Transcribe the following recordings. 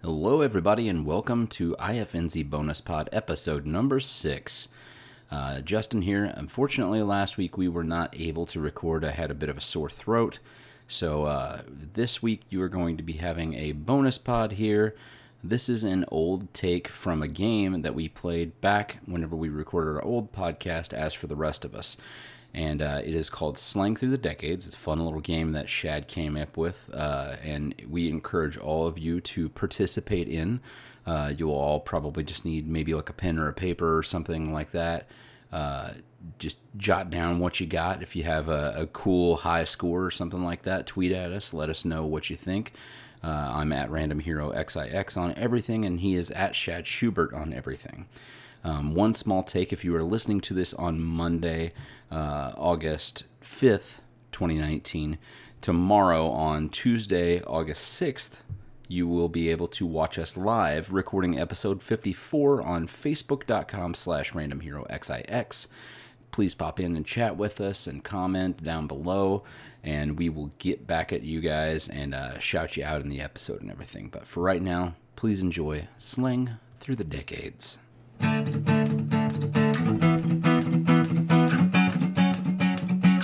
Hello, everybody, and welcome to IFNZ Bonus Pod episode number six. Uh, Justin here. Unfortunately, last week we were not able to record. I had a bit of a sore throat. So uh, this week you are going to be having a bonus pod here. This is an old take from a game that we played back whenever we recorded our old podcast, As for the Rest of Us. And uh, it is called Slang Through the Decades. It's a fun little game that Shad came up with. Uh, and we encourage all of you to participate in. Uh, you'll all probably just need maybe like a pen or a paper or something like that uh, just jot down what you got. If you have a, a cool high score or something like that, tweet at us. Let us know what you think. Uh, I'm at Random Hero XIX on everything, and he is at Shad Schubert on everything. Um, one small take if you are listening to this on Monday, uh, August 5th, 2019, tomorrow on Tuesday, August 6th, you will be able to watch us live recording episode 54 on facebook.com slash randomheroxix please pop in and chat with us and comment down below and we will get back at you guys and uh, shout you out in the episode and everything but for right now please enjoy sling through the decades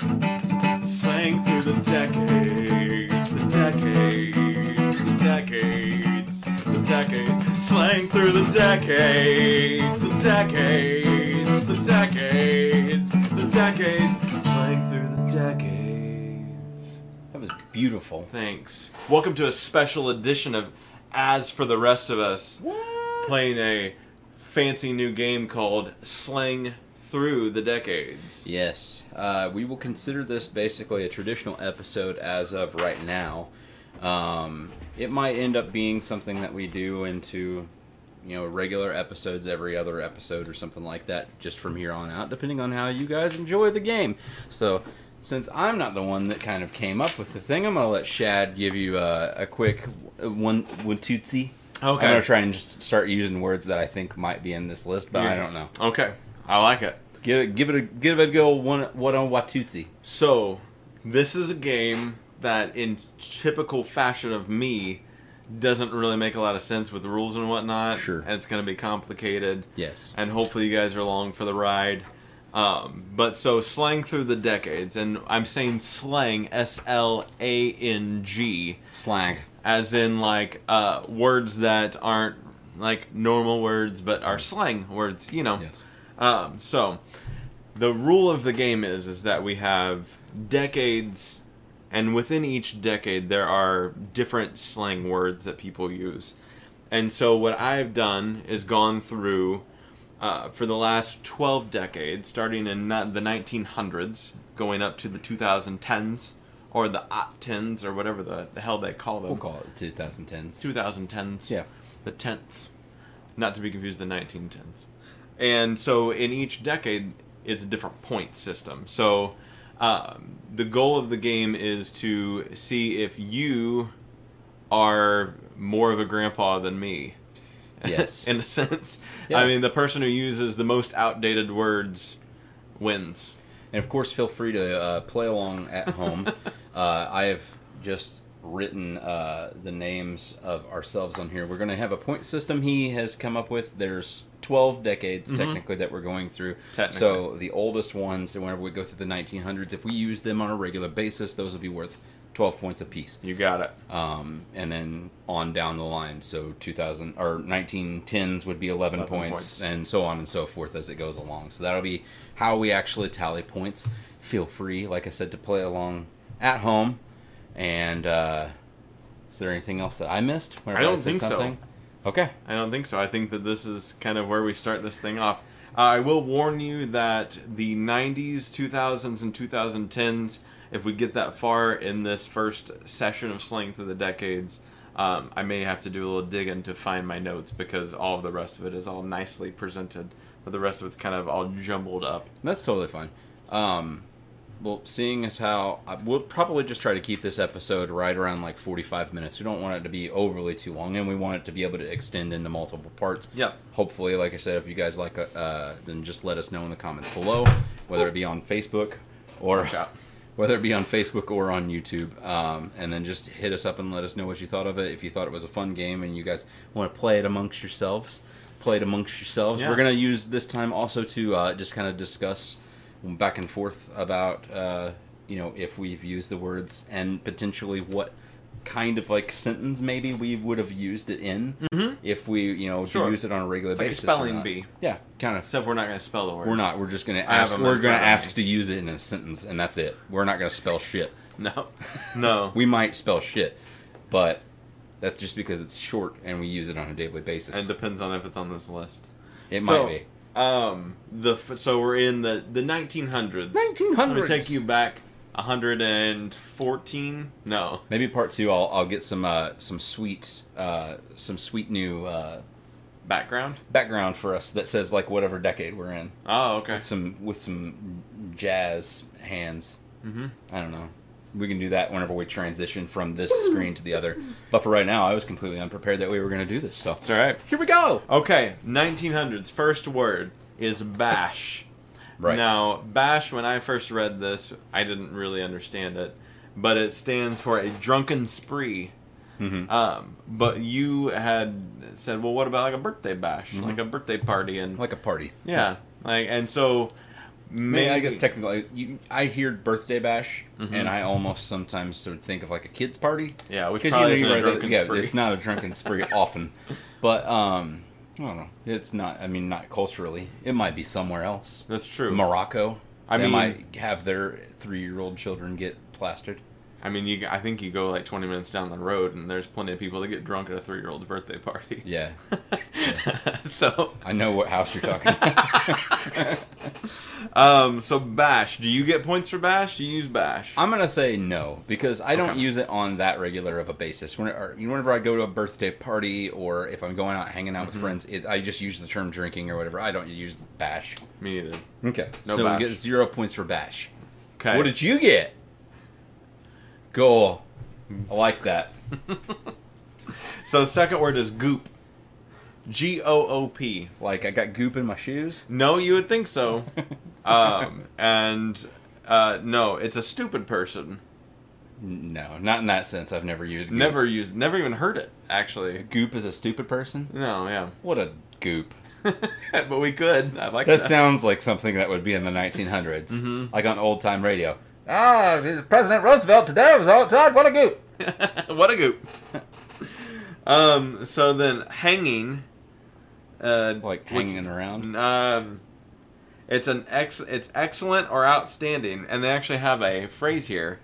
Slang through the decades, the decades, the decades, the decades. Slang through the decades, the decades, the decades, the decades. Slang through the decades. that was beautiful Thanks. Welcome to a special edition of As for the Rest of Us, playing a fancy new game called Slang Through the Decades. Yes, uh, we will consider this basically a traditional episode as of right now. Um, it might end up being something that we do into, you know, regular episodes every other episode or something like that, just from here on out, depending on how you guys enjoy the game. So, since I'm not the one that kind of came up with the thing, I'm gonna let Shad give you uh, a, a quick one, one tootsie. Okay. I'm gonna try and just start using words that I think might be in this list, but I Yeah. don't know. Okay, I like it. Give it, give it, a, give it a go. One, what on Watutsi? So, this is a game that, in typical fashion of me, doesn't really make a lot of sense with the rules and whatnot. Sure. And it's going to be complicated. Yes. And hopefully, you guys are along for the ride. Um, but so, slang through the decades, and I'm saying slang, S L A N G, Slang. as in like uh, words that aren't like normal words but are slang words, you know. Yes. Um, so the rule of the game is is that we have decades and within each decade there are different slang words that people use. And so what I've done is gone through uh, for the last 12 decades, starting in ni- the 1900s, going up to the 2010s, or the ot 10s, or whatever the, the hell they call them. We'll call it the 2010s. 2010s. Yeah. The 10s. Not to be confused with the 1910s. And so in each decade is a different point system. So um, the goal of the game is to see if you are more of a grandpa than me. Yes. in a sense. Yeah. I mean, the person who uses the most outdated words wins. And of course, feel free to uh, play along at home. uh, I have just written uh, the names of ourselves on here. We're going to have a point system he has come up with. There's 12 decades, technically, that we're going through. Technically. So the oldest ones, and whenever we go through the 1900s, if we use them on a regular basis, those will be worth 12 points apiece. You got it. Um, and then on down the line, so 2000 or 1910s would be 11, 11 points, points. and so on and so forth as it goes along. So that'll be how we actually tally points. Feel free, like I said, to play along at home. And uh, is there anything else that I missed? Whenever I don't said think so. so. Okay. I don't think so. I think that this is kind of where we start this thing off. Uh, I will warn you that the 90s, 2000s, and 2010s, if we get that far in this first session of Slang Through the Decades, um, I may have to do a little digging to find my notes because all of the rest of it is all nicely presented, but the rest of it's kind of all jumbled up. That's totally fine. Um, well, seeing as how I- we'll probably just try to keep this episode right around like 45 minutes. We don't want it to be overly too long, and we want it to be able to extend into multiple parts. Yeah. Hopefully, like I said, if you guys like, uh, then just let us know in the comments below, whether it be on Facebook or Watch out. whether it be on Facebook or on YouTube. Um, and then just hit us up and let us know what you thought of it. If you thought it was a fun game and you guys want to play it amongst yourselves, play it amongst yourselves. Yeah. We're going to use this time also to uh, just kind of discuss back and forth about, uh, you know, if we've used the words and potentially what kind of like sentence maybe we would have used it in Mm-hmm. if we, you know, to Sure. use it on a regular like a basis. or spelling not. bee. Yeah, kind of. Except we're not going to spell the word. We're not. We're just gonna have ask. them We're in gonna front of ask to use it in a sentence, and that's it. We're not gonna spell shit. No. No. We might spell shit, but that's just because it's short and we use it on a daily basis. and depends on if it's on this list. it So, might be. Um, the f- so we're in the the 1900s. 1900s. I'm gonna take you back 114. No, Maybe part two. I'll I'll get some uh some sweet uh some sweet new uh background. background for us that says like whatever decade we're in. Oh, okay. Some with some jazz hands. Mm-hmm. I don't know. We can do that whenever we transition from this screen to the other. But for right now, I was completely unprepared that we were going to do this. So It's all right. here we go. Okay, 1900s. First word is bash. Right. Now, bash, when I first read this, I didn't really understand it, but it stands for a drunken spree. Mhm. Um, but you had said, well, what about like a birthday bash? Mm-hmm. Like a birthday party? And like a party. yeah, like, and so maybe, Mm-hmm. Maybe, I guess technically, you, I hear birthday bash, and I almost sometimes sort of think of like a kids party. Yeah, which 'Cause probably you isn't know, a you're right, drunken yeah, spree. it's not a drunken spree often, but um, I don't know. It's not. I mean, not culturally. It might be somewhere else. that's true. Morocco. I they mean- might have their three-year-old children get plastered. I mean, you, I think you go like 20 minutes down the road, and there's plenty of people that get drunk at a three year old's birthday party. Yeah, so, I know what house you're talking. about. um, so bash. Do you get points for bash? Do you use bash? I'm gonna say no because I don't Okay. use it on that regular of a basis. When, or, whenever I go to a birthday party or if I'm going out hanging out with friends, it, I just use the term drinking or whatever. I don't use bash. Me neither. Okay, No so bash. we get zero points for bash. Okay. What did you get? Goal. I like that. so the second word is goop. G O O P. Like I got goop in my shoes. No, you would think so. um, and uh, no, it's a stupid person. No, not in that sense. I've never used goop. Never used, never even heard it actually. Goop is a stupid person. No, yeah. What a goop. but we could. I like That that. sounds like something that would be in the 1900s, like on old time radio. Mm-hmm. Ah, President Roosevelt today was outside. What a goop! what a goop. um, so then hanging. Uh, Like which- hanging around. Um, it's an ex. It's excellent or outstanding, and they actually have a phrase here.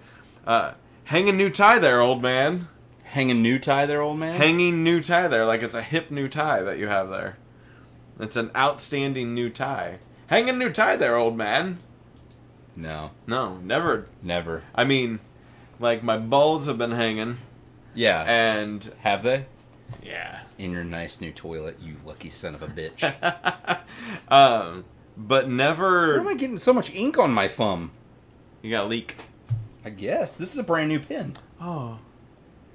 Uh, hang a new tie there, old man. Hanging new tie there, old man. Hanging new tie there, like it's a hip new tie that you have there. It's an outstanding new tie. Hang a new tie there, old man. no, No, never. never. I mean, like my balls have been hanging, Yeah. and Have they? yeah. In your nice new toilet, you lucky son of a bitch. Why um, but never. am I getting so much ink on my thumb? you got a leak. I guess. This is a brand new pen. Oh,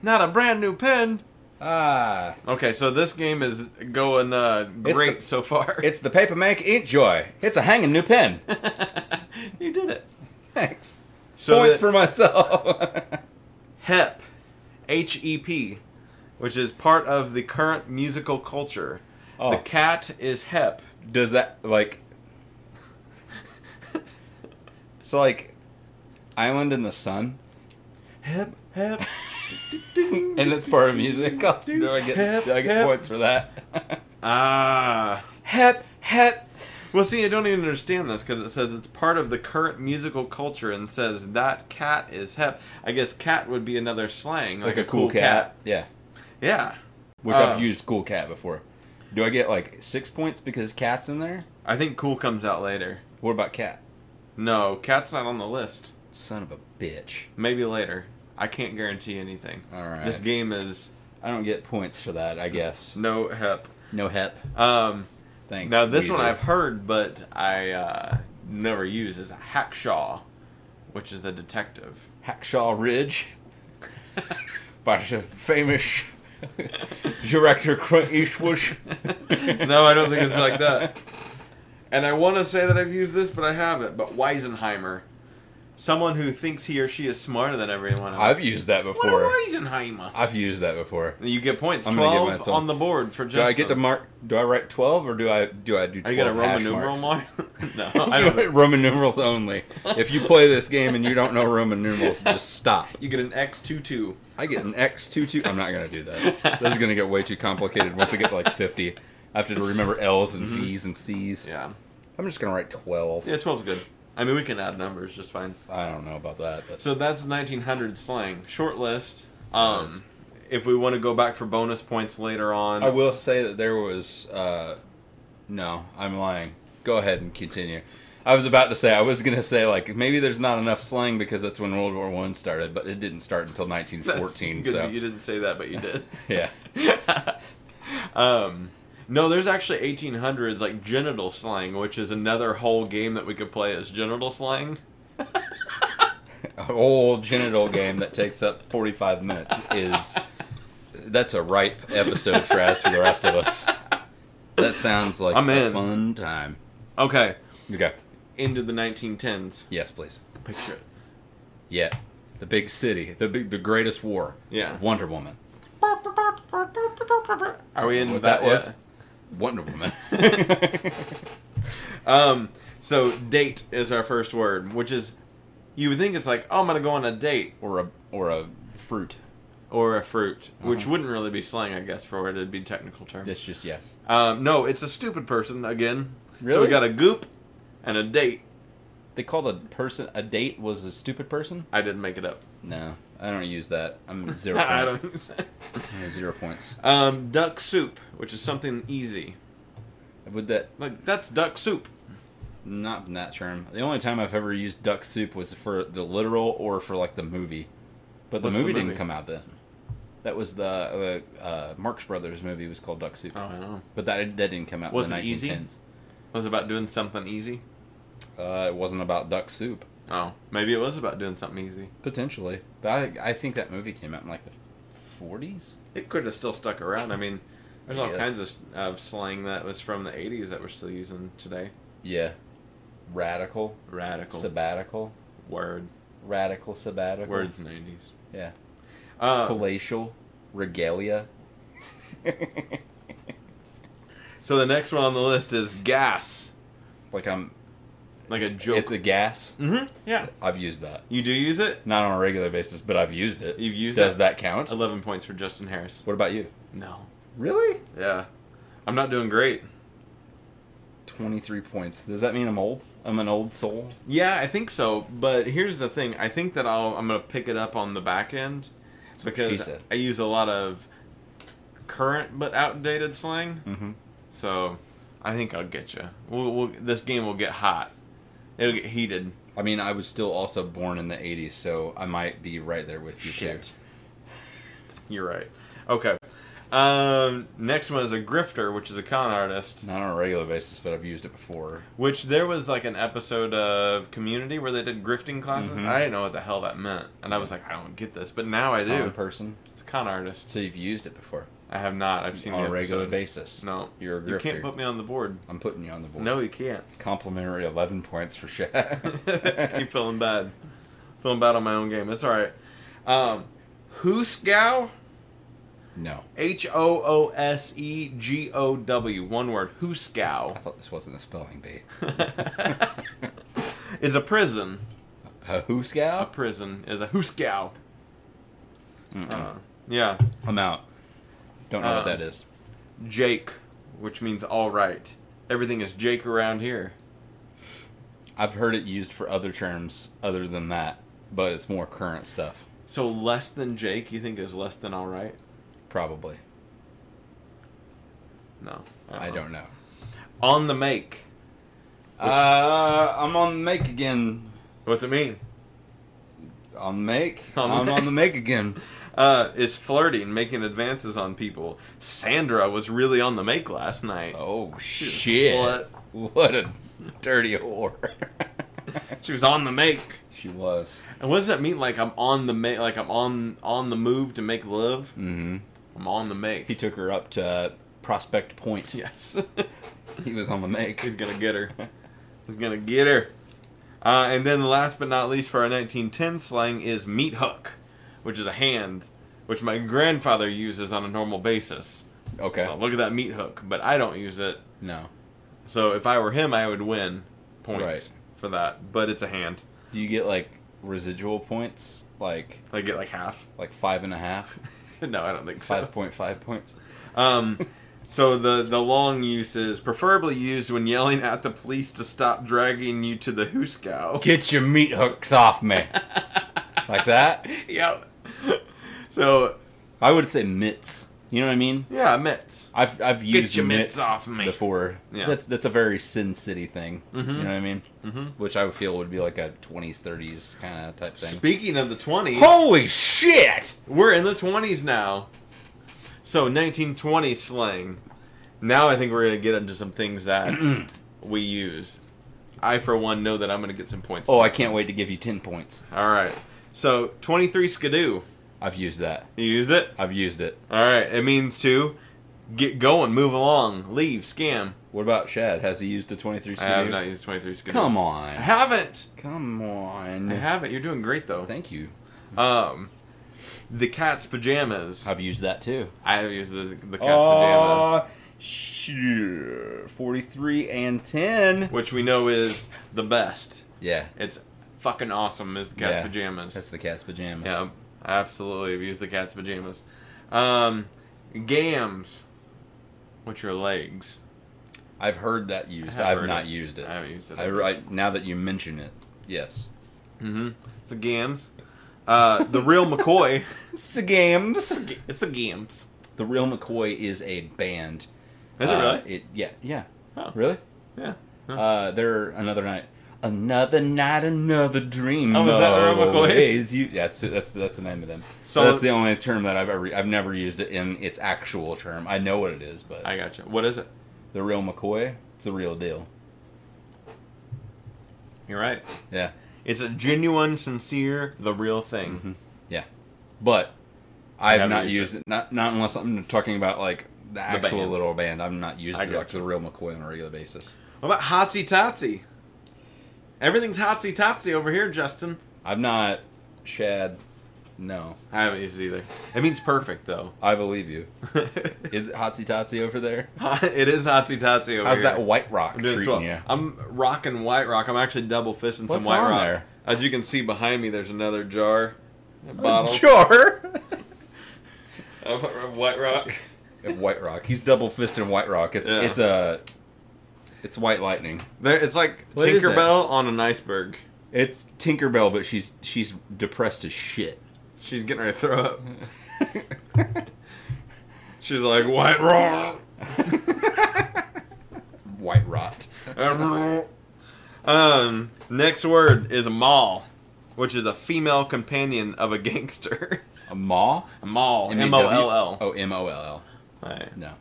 not a brand new pen. Ah. Okay, so this game is going uh, great the- so far. It's the paper make ink joy. It's a hanging new pen. you did it. Thanks. So Points the- for myself. HEP, H E P, which is part of the current musical culture. Oh. The cat is E HEP. does that like so like island in the sun HEP, HEP. E and it's part of music oh, do i get, do I get points for that Ah. hep hep Well, see, I don't even understand this because it says it's part of the current musical culture and says that cat is HEP. I guess cat would be another slang. like, a cool, cat. Uh, yeah Yeah. which Oh. i've used cool cat before do i get like six points because cat's in there I think cool comes out later. what about cat No, cat's not on the list. son of a bitch Maybe later. I can't guarantee anything. all right This game is i don't get points for that i guess no hep. no hep Um, thanks now this one Weezer. I've heard, but I uh, never use is a hackshaw, which is a detective. Hackshaw Ridge by the famous director Clint Eastwood. no, I don't think it's like that. And I want to say that I've used this, but I haven't. But Weisenheimer. someone who thinks he or she is smarter than everyone else. I've used that what before. a Weisenheimer. I've used that before. You get points I'm gonna get 12 myself- on the board for just. Do I get to mark? Do I write twelve or do I do I do? 12 Are you going to Roman hash numeral marks? mark? no, I don't. know. Roman numerals only. If you play this game and you don't know Roman numerals, just stop. You get an X two two. I get an X two two. I'm not gonna do that. This is gonna get way too complicated once I get to like fifty. I have to remember L's and V's and C's. Mm-hmm. Yeah, I'm just gonna write twelve. yeah, twelve's good. I mean, we can add numbers just fine. I don't know about that, but So that's 1900 slang. Short list. Um, if we want to go back for bonus points later on, I will say that there was. Uh, no, I'm lying. Go ahead and continue. I was about to say I was gonna say like maybe there's not enough slang because that's when World War One started, but it didn't start until That's 1914. good that So you didn't say that, but you did. yeah, um, no, there's actually 1800s like genital slang, which is another whole game that we could play as genital slang. a whole genital game that takes up 45 minutes is that's a ripe episode for us for the rest of us. That sounds like I'm a in. fun time. Okay, Okay, into the 1910s. yes, please. Picture it. Yeah, the big city, the big, the greatest war. Yeah. Wonder Woman. Are we in What that, that yet? was? Wonder Woman. Um, so date is our first word, which is you would think it's like, oh, I'm gonna go on a date or a or a fruit. or a fruit, which wouldn't really be slang, I guess, for it. It'd be technical term. That's just yeah. Um, no, it's a stupid person again. So we Really? got a goop and a date. They called a person a date was a stupid person. I didn't make it up. No, I don't use that. I'm zero I points. don't. I'm zero points. um, duck soup, which is something easy. Would that Like that's duck soup. not in that term? The only time I've ever used duck soup was for the literal or for like the movie, but the What's movie, the movie? didn't come out then. That was the uh, uh, Marx Brothers movie was called Duck Soup, Oh, I don't know. but that that didn't come out Was in the it easy? 1910s. It was about doing something easy. Uh, it wasn't about duck soup Oh, maybe it was about doing something easy. potentially, but I I think that movie came out in like the 40s. It could have still stuck around. I mean, there's all Yes. kinds of, of slang that was from the 80s that we're still using today. Yeah. Radical. Radical. Sabbatical. Word. Radical sabbatical. Words 90s. Yeah. Uh, Palatial. Regalia. so the next one on the list is gas. like I'm. Like a joke. It's a gas. mm-hmm. Yeah. I've used that. You do use it? Not on a regular basis, but I've used it. You've used Does it? that count? 11 points for Justin Harris. What about you? No. Really? Yeah. I'm not doing great. 23 points. Does that mean I'm old? I'm an old soul? Yeah, I think so. But here's the thing. I think that I'll, I'm going to pick it up on the back end what she because said. I use a lot of current but outdated slang. Mm-hmm. So I think I'll get you. We'll, we'll, this game will get hot. It'll get heated. I mean, I was still also born in the 80s, so I might be right there with you too. You're right. Okay. Um, next one is a grifter, which is a con artist. Not on a regular basis, but I've used it before. Which there was like an episode of Community where they did grifting classes. Mhm. I didn't know what the hell that meant, and I was like, I don't get this. But now I Con do. person. It's a con artist. So you've used it before I have not. I've seen on the a regular episode. basis. No, You're a you can't grifter. put me on the board. I'm putting you on the board. No, you can't. Complimentary 11 points for Shaq. Keep feeling bad. Feeling bad on my own game. That's all right. Um, Hoosgow. no. H O O S E G O W. One word. Hoosgow. I thought this wasn't a spelling bee. is a prison. A A hoosgow? prison is a Hoosgow. Mm-mm. Uh, yeah. I'm out. Don't know what Uh, that is. Jake, which means all right. Everything is Jake around here. I've heard it used for other terms other than that, but it's more current stuff, So less than Jake, you think is less than all right? probably. No, I don't know. On the make. Uh, I'm on make again. What's it mean? On make? On I'm make. on the make again. Uh, is flirting, making advances on people. Sandra was really on the make last night. Oh, a shit. slut. What a dirty whore. She was on the make. she was. And what does that mean? Like I'm on the make, like I'm on on the move to make love. Mm-hmm. I'm on the He make. took her up to uh, Prospect Point. Yes, He was on the make. he's gonna get her. He's gonna get her. Uh, and then last but not least for our 1910 slang is meat hook, which is a hand, which my grandfather uses on a normal basis. Okay. So look at that meat hook, but I don't use it. No. So if I were him, I would win points Right. for that. But it's a hand. Do you get like residual points? Like I get like half. like five and a half, no, I don't think so. five point five points. Um, so the the long use is preferably used when yelling at the police to stop dragging you to the hooskow. Get your meat hooks off me. like that? yep. so I would say mitts. You know what I mean? yeah, mitts. I've I've used your mitts mitts, off me. before. Yeah. That's that's a very Sin City thing. You know what I mean? Mhm. Which I would feel would be like a twenties, thirties kind of type thing. Speaking of the twenties, Holy shit! we're in the twenties now. So 1920 slang. Now I think we're gonna get into some things that we use. I for one know that I'm gonna get some points. Oh, I can't wait to give you ten points. All right. So 23 skidoo. I've used that. You used it. I've used it. All right. It means to get going, move along, leave, scam. What about Shad? Has he used a twenty-three? I have not used 23 skidoo. Come I on. haven't. Come I on. haven't. You're doing great though. Thank you. Um, the cat's pajamas. I've used that too. I have used the the cat's pajamas, Aw, Ah, shit. Forty-three and ten. which we know is the best. Yeah, It's fucking awesome. Is the cat's Yeah. pajamas? that's the cat's pajamas. yeah, I absolutely. I've used the cat's pajamas. Um, gams. What's your legs? I've heard that used. I have I've heard not it. used it. I haven't used it. I, I- now that you mention it, yes. Mm-hmm. It's a gams. Uh, the real McCoy. Sagams. it's a gams. The Real McCoy is a band. Is Uh, it really? It, yeah, yeah. Oh. Really? Yeah. Uh, they're another night. Another night, another dream. Oh, is that the Real McCoys? always You, that's who- that's that's the name of them. So- So that's the only term that I've ever I've never used it in its actual term. I know what it is, but I gotcha. What is it? the real McCoy, it's the real deal. You're right. Yeah, It's a genuine, sincere, the real thing. Mm-hmm. yeah. But I have haven't not used used it. Not not unless I'm talking about like the actual band. little band. I'm not used I to like gotcha. the real McCoy on a regular basis. What about hotsy totsy? Everything's hotsy totsy over here, Justin. I'm not Shad. No, I haven't used it either. It means perfect though. I believe you. Is it Hotsy Totsy over there? it is hotsy totsy over How's here. that White Rock I'm treating doing swell. you? I'm rocking White Rock. I'm actually double fisting some What's White on Rock. there? As you can see behind me, there's another jar, a bottle Sure. of, of White Rock. White Rock. He's double fisted White Rock. It's Yeah. it's a it's White Lightning. There, it's like What is that? Tinkerbell on an iceberg. It's Tinkerbell, but she's she's depressed as shit. She's getting ready to throw up. She's like White Rock. White rot. Um, next word is a mall, which is a female companion of a gangster. A maw. A mall, M O M-A-W? L L. Oh, M O L L. Right. No.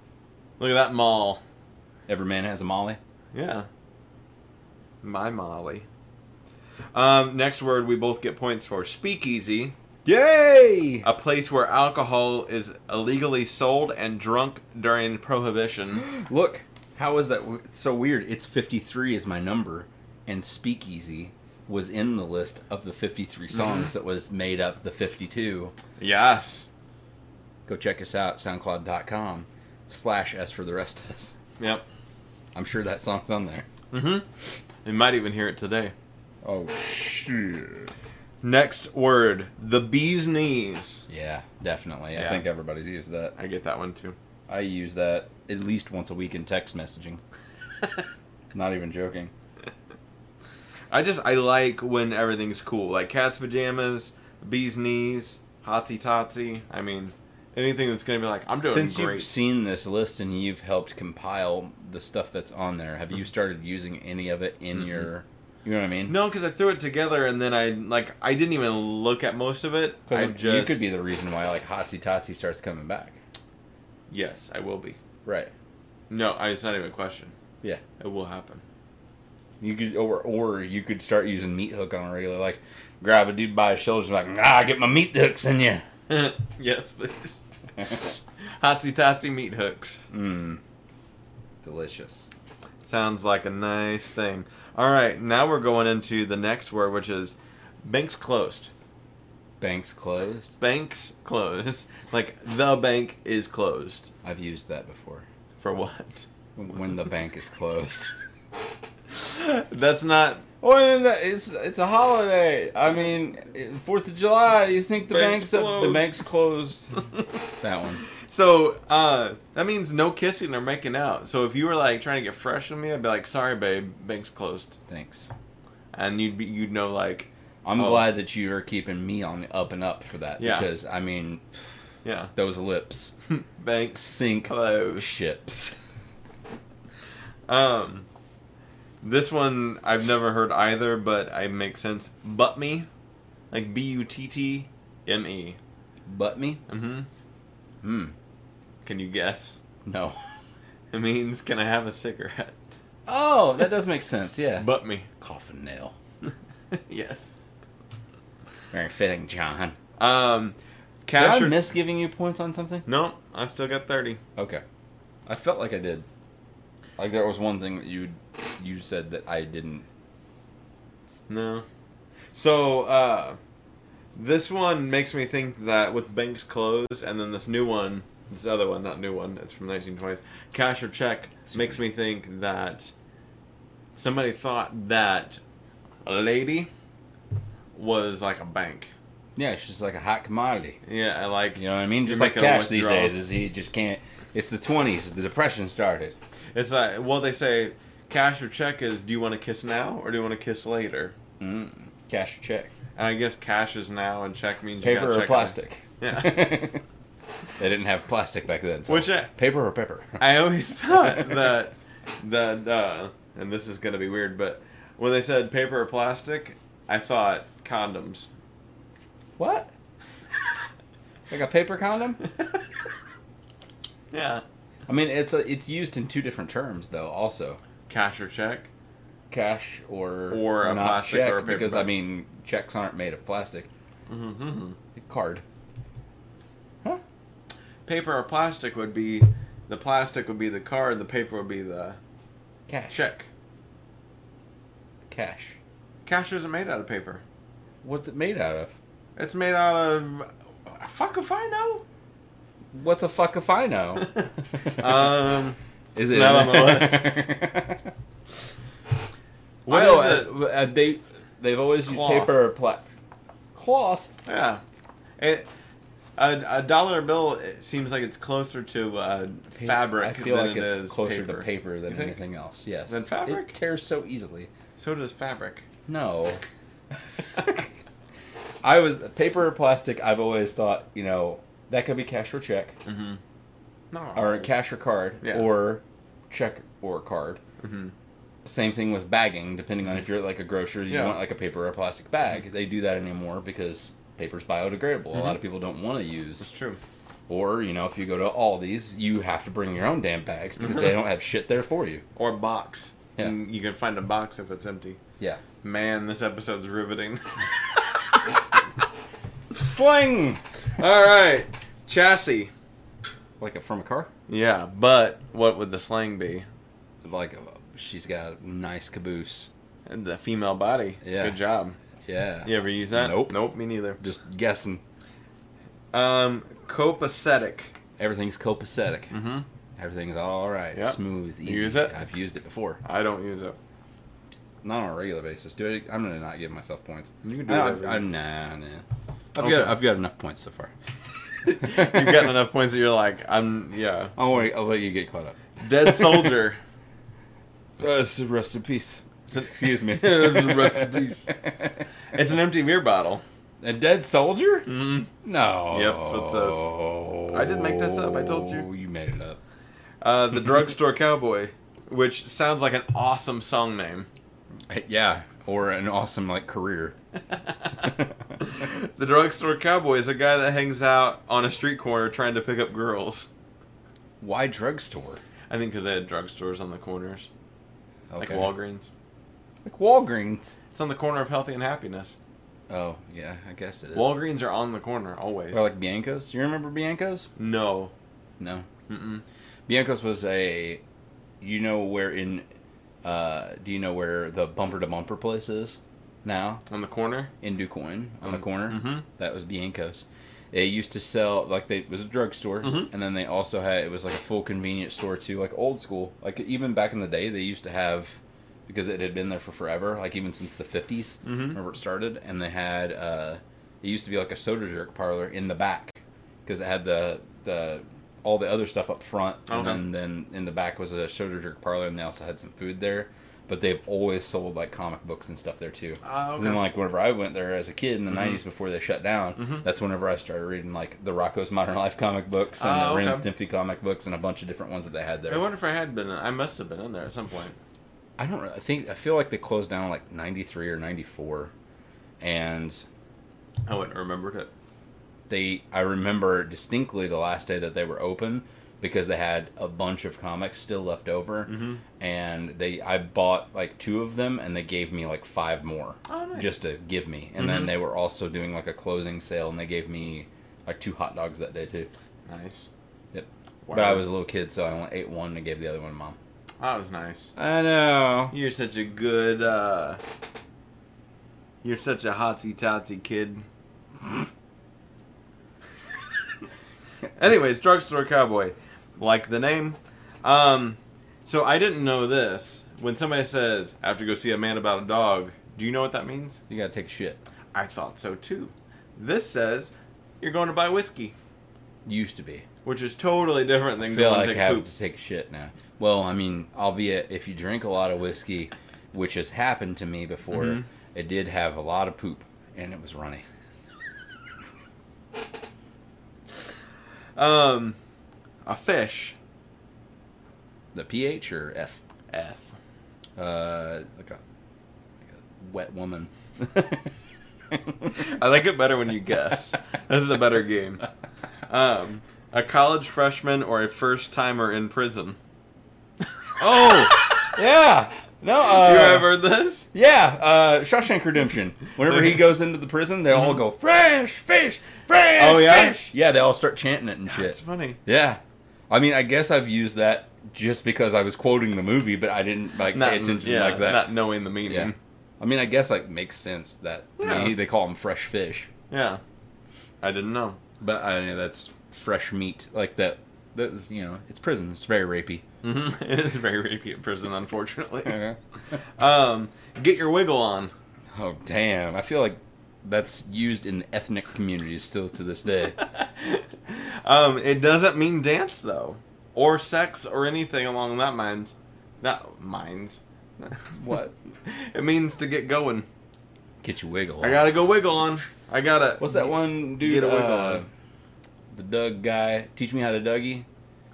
Look at that mall. Every man has a molly. Yeah. My Molly. Um, next word we both get points for speakeasy, Yay! a place where alcohol is illegally sold and drunk during prohibition. Look, how is that w- so weird? It's 53 is my number, and Speakeasy was in the list of the 53 songs that was made up the 52. yes. Go check us out, soundcloud.com slash S for the rest of us. Yep. I'm sure that song's on there. Mm-hmm. You might even hear it today. Oh, shit. Next word, the bee's knees. Yeah, definitely. I Yeah. think everybody's used that. I get that one too. I use that at least once a week in text messaging. Not even joking. I just I like when everything's cool, like cat's pajamas, bee's knees, hotsy totsy. I mean, anything that's gonna be like I'm doing Since great. you've seen this list and you've helped compile the stuff that's on there, have you started using any of it in your? You know what I mean? Mm-hmm. no, because I threw it together and then I like I didn't even look at most of it. 'Cause I you just could be the reason why like Hotsy Totsy starts coming back. yes, I will be. Right. No, I, it's not even a question. Yeah. It will happen. You could or or you could start using meat hook on a regular like grab a dude by his shoulders and be like ah get my meat hooks in you. yes, please. hotsy totsy meat hooks. Mmm. Mm. Delicious. Sounds like a nice thing. All right, now we're going into the next word, which is banks closed. Banks closed. Banks closed. Like the bank is closed. I've used that before. For what? When the bank is closed. That's not. Well, it's it's a holiday. I mean, Fourth of July. You think the Bank's banks, up, the closed. banks closed? that one. So uh, that means no kissing or making out. So if you were like trying to get fresh with me, I'd be like, "Sorry, babe, bank's closed," Thanks. and you'd be you'd know like, I'm Oh. glad that you are keeping me on the up and up for that. Yeah. Because I mean, yeah, those lips banks sink closed. ships. Um, this one I've never heard either, but I make sense. But me, like B U T T M E. But me? Mm-hmm. Hmm. Can you guess? No. It means can I have a cigarette? Oh, that does make sense. Yeah. But me. Coffin nail. yes. Very fitting, John. Um, Did I cash. or- miss giving you points on something? no, I still got thirty. Okay. I felt like I did. Like there was one thing that you you said that I didn't. No. So, uh, this one makes me think that with banks closed, and then this new one, this other one, not new one, it's from 1920s, cash or check, makes me think that somebody thought that a lady was like a bank. Yeah, it's just like a hot commodity. Yeah, I like. You know what I mean? Just You're like making a cash these withdrawal. days is you just can't. It's the twenties. The depression started. It's like, well, they say cash or check is do you want to kiss now or do you want to kiss later? Mm. Cash or check, And I guess cash is now and check means you gotta paper or check it. plastic. Yeah. they didn't have plastic back then. So Which I- paper or pepper? I always thought that that uh, and this is gonna be weird, but when they said paper or plastic, I thought condoms. what? like a paper condom? Yeah. I mean, it's a, it's used in two different terms though. Also, Cash or check. cash or Or a not plastic check, or a paper because I bag. mean checks aren't made of plastic. Mm-hmm. A card. Huh? Paper or plastic would be the plastic would be the card, the paper would be the Cash. check. Cash. Cash isn't made out of paper. What's it made out of? It's made out of fuck if I know. What's a fuck if I know? Um, is it's not on the list. list? What well, is uh, uh, they they've always Cloth. used paper or pla- cloth. yeah. It, a, a dollar bill it seems like it's closer to uh, fabric I feel than like it it's is closer paper. to paper than You think? anything else. Yes. Than fabric? It tears so easily. So does fabric. No. I was paper or plastic. I've always thought, you know, that could be cash or check, Mm-hmm. No. or cash or card, Mm-hmm. Yeah. or check or card. Mhm. Same thing with bagging. Depending on if you're like a grocer, you Yeah. want like a paper or plastic bag. They do that anymore because paper's biodegradable. A lot of people don't want to It's use. true. Or you know, if you go to Aldi's, you have to bring your own damn bags because they don't have shit there for you. Or box. Yeah. And you can find a box if it's empty. Yeah. Man, this episode's riveting. Sling. All right, chassis. Like a, from a car. Yeah, but what would the slang be? Like uh, she's got a nice caboose. The female body. Yeah. Good job. Yeah. You ever use that? Nope. Nope. Me neither. Just guessing. Um, copacetic. Everything's copacetic. Mm-hmm. Everything's all right. Yep. Smooth. Easy. You use it? I've used it before. I don't use it. Not on a regular basis. Do I, I'm gonna not give myself points. You can do I, whatever. I, I, nah, nah. I've Okay. got I've got enough points so far. You've You've gotten enough points that you're like, I'm yeah. I'll wait. I'll let you get caught up. Dead soldier. Uh, rest in peace. Excuse me. It's a rest in peace. it's an empty beer bottle. A dead soldier? Mm. No. Yep, that's what it says. I didn't make this up, I told you. You made it up. Uh, the drugstore cowboy, which sounds like an awesome song name. Yeah, or an awesome like career. The drugstore cowboy is a guy that hangs out on a street corner trying to pick up girls. Why drugstore? I think because they had drugstores on the corners, like Okay. Walgreens. Like Walgreens. It's on the corner of healthy and happiness. Oh yeah, I guess it is. Walgreens are on the corner always. or like Bianco's. You remember Bianco's? no. No. Mm-mm. Bianco's was a, you know, where in Uh, do you know where the bumper to bumper place is now? on the corner. in Ducoin on the Um, corner. mhm. That was Bianco's. They used to sell like they it was a drugstore, Mhm. and then they also had it was like a full convenience store too, like old school. Like even back in the day, they used to have because it had been there for forever, like even since the 50s Mhm. whenever it started, and they had uh, it used to be like a soda jerk parlor in the back because it had the the all the other stuff up front, and Okay. then, then in the back was a soda jerk parlor, and they also had some food there. But they've always sold like comic books and stuff there too. Ah, And then, like whenever I went there as a kid in the Mhm. '90s before they shut down, Mhm. that's whenever I started reading like the Rocco's Modern Life comic books and Ah, the Ren okay. Stimpy comic books and a bunch of different ones that they had I there. wonder if I had been. I must have been in there at some point. I don't. re- I think I feel like they closed down like '93 or '94, and I wouldn't have remembered it. they. I remember distinctly the last day that they were open because they had a bunch of comics still left over, Mhm. and they. I bought like two of them, and they gave me like five more. Oh, nice. just to give me. And then Mhm. they were also doing like a closing sale, and they gave me like two hot dogs that day too. nice. Yep. Wow. But I was a little kid, so I only ate one and gave the other one to mom. That was nice. I know. You're such a good. uh You're such a hotsy totsy kid. Anyways, drugstore cowboy, like the name. Um, so I didn't know this. When somebody says, "I have to go see a man about a dog," do you know what that means? You gotta take a shit. I thought so too. This says, "You're going to buy whiskey," Used to be. which is totally different I than feel going like I to have poop. to take a shit now. Well, I mean, albeit if you drink a lot of whiskey, which has happened to me before, Mhm. it did have a lot of poop, and it was runny. Um, a fish. The pH or F? F. Uh, like a, like a wet woman. I like it better when you guess. this is a better game. Um, a college freshman or a first timer in prison. Oh, yeah. No, uh, you ever heard this? yeah, uh, Shawshank Redemption. Whenever he goes into the prison, they all go fresh fish, fresh Oh, yeah? fish. Yeah, they all start chanting it and It's shit. funny. Yeah, I mean, I guess I've used that just because I was quoting the movie, but I didn't like Not pay attention yeah, like that. Not knowing the meaning. yeah, Yeah. I mean, I guess like makes sense that Yeah. maybe they call them fresh fish, I didn't know. but I know that's fresh meat. Like that, that was you know, it's prison. It's very rapey. Mhm. it is very rapey in prison, unfortunately. um, get your wiggle on. Oh damn! I feel like that's used in ethnic communities still to this day. Um, it doesn't mean dance though, or sex, or anything along that minds. That minds. What? it means to get going. Get your wiggle. I on. gotta go wiggle on. I gotta. What's that one dude? Get a wiggle uh, on. The Doug guy. Teach me how to Dougie.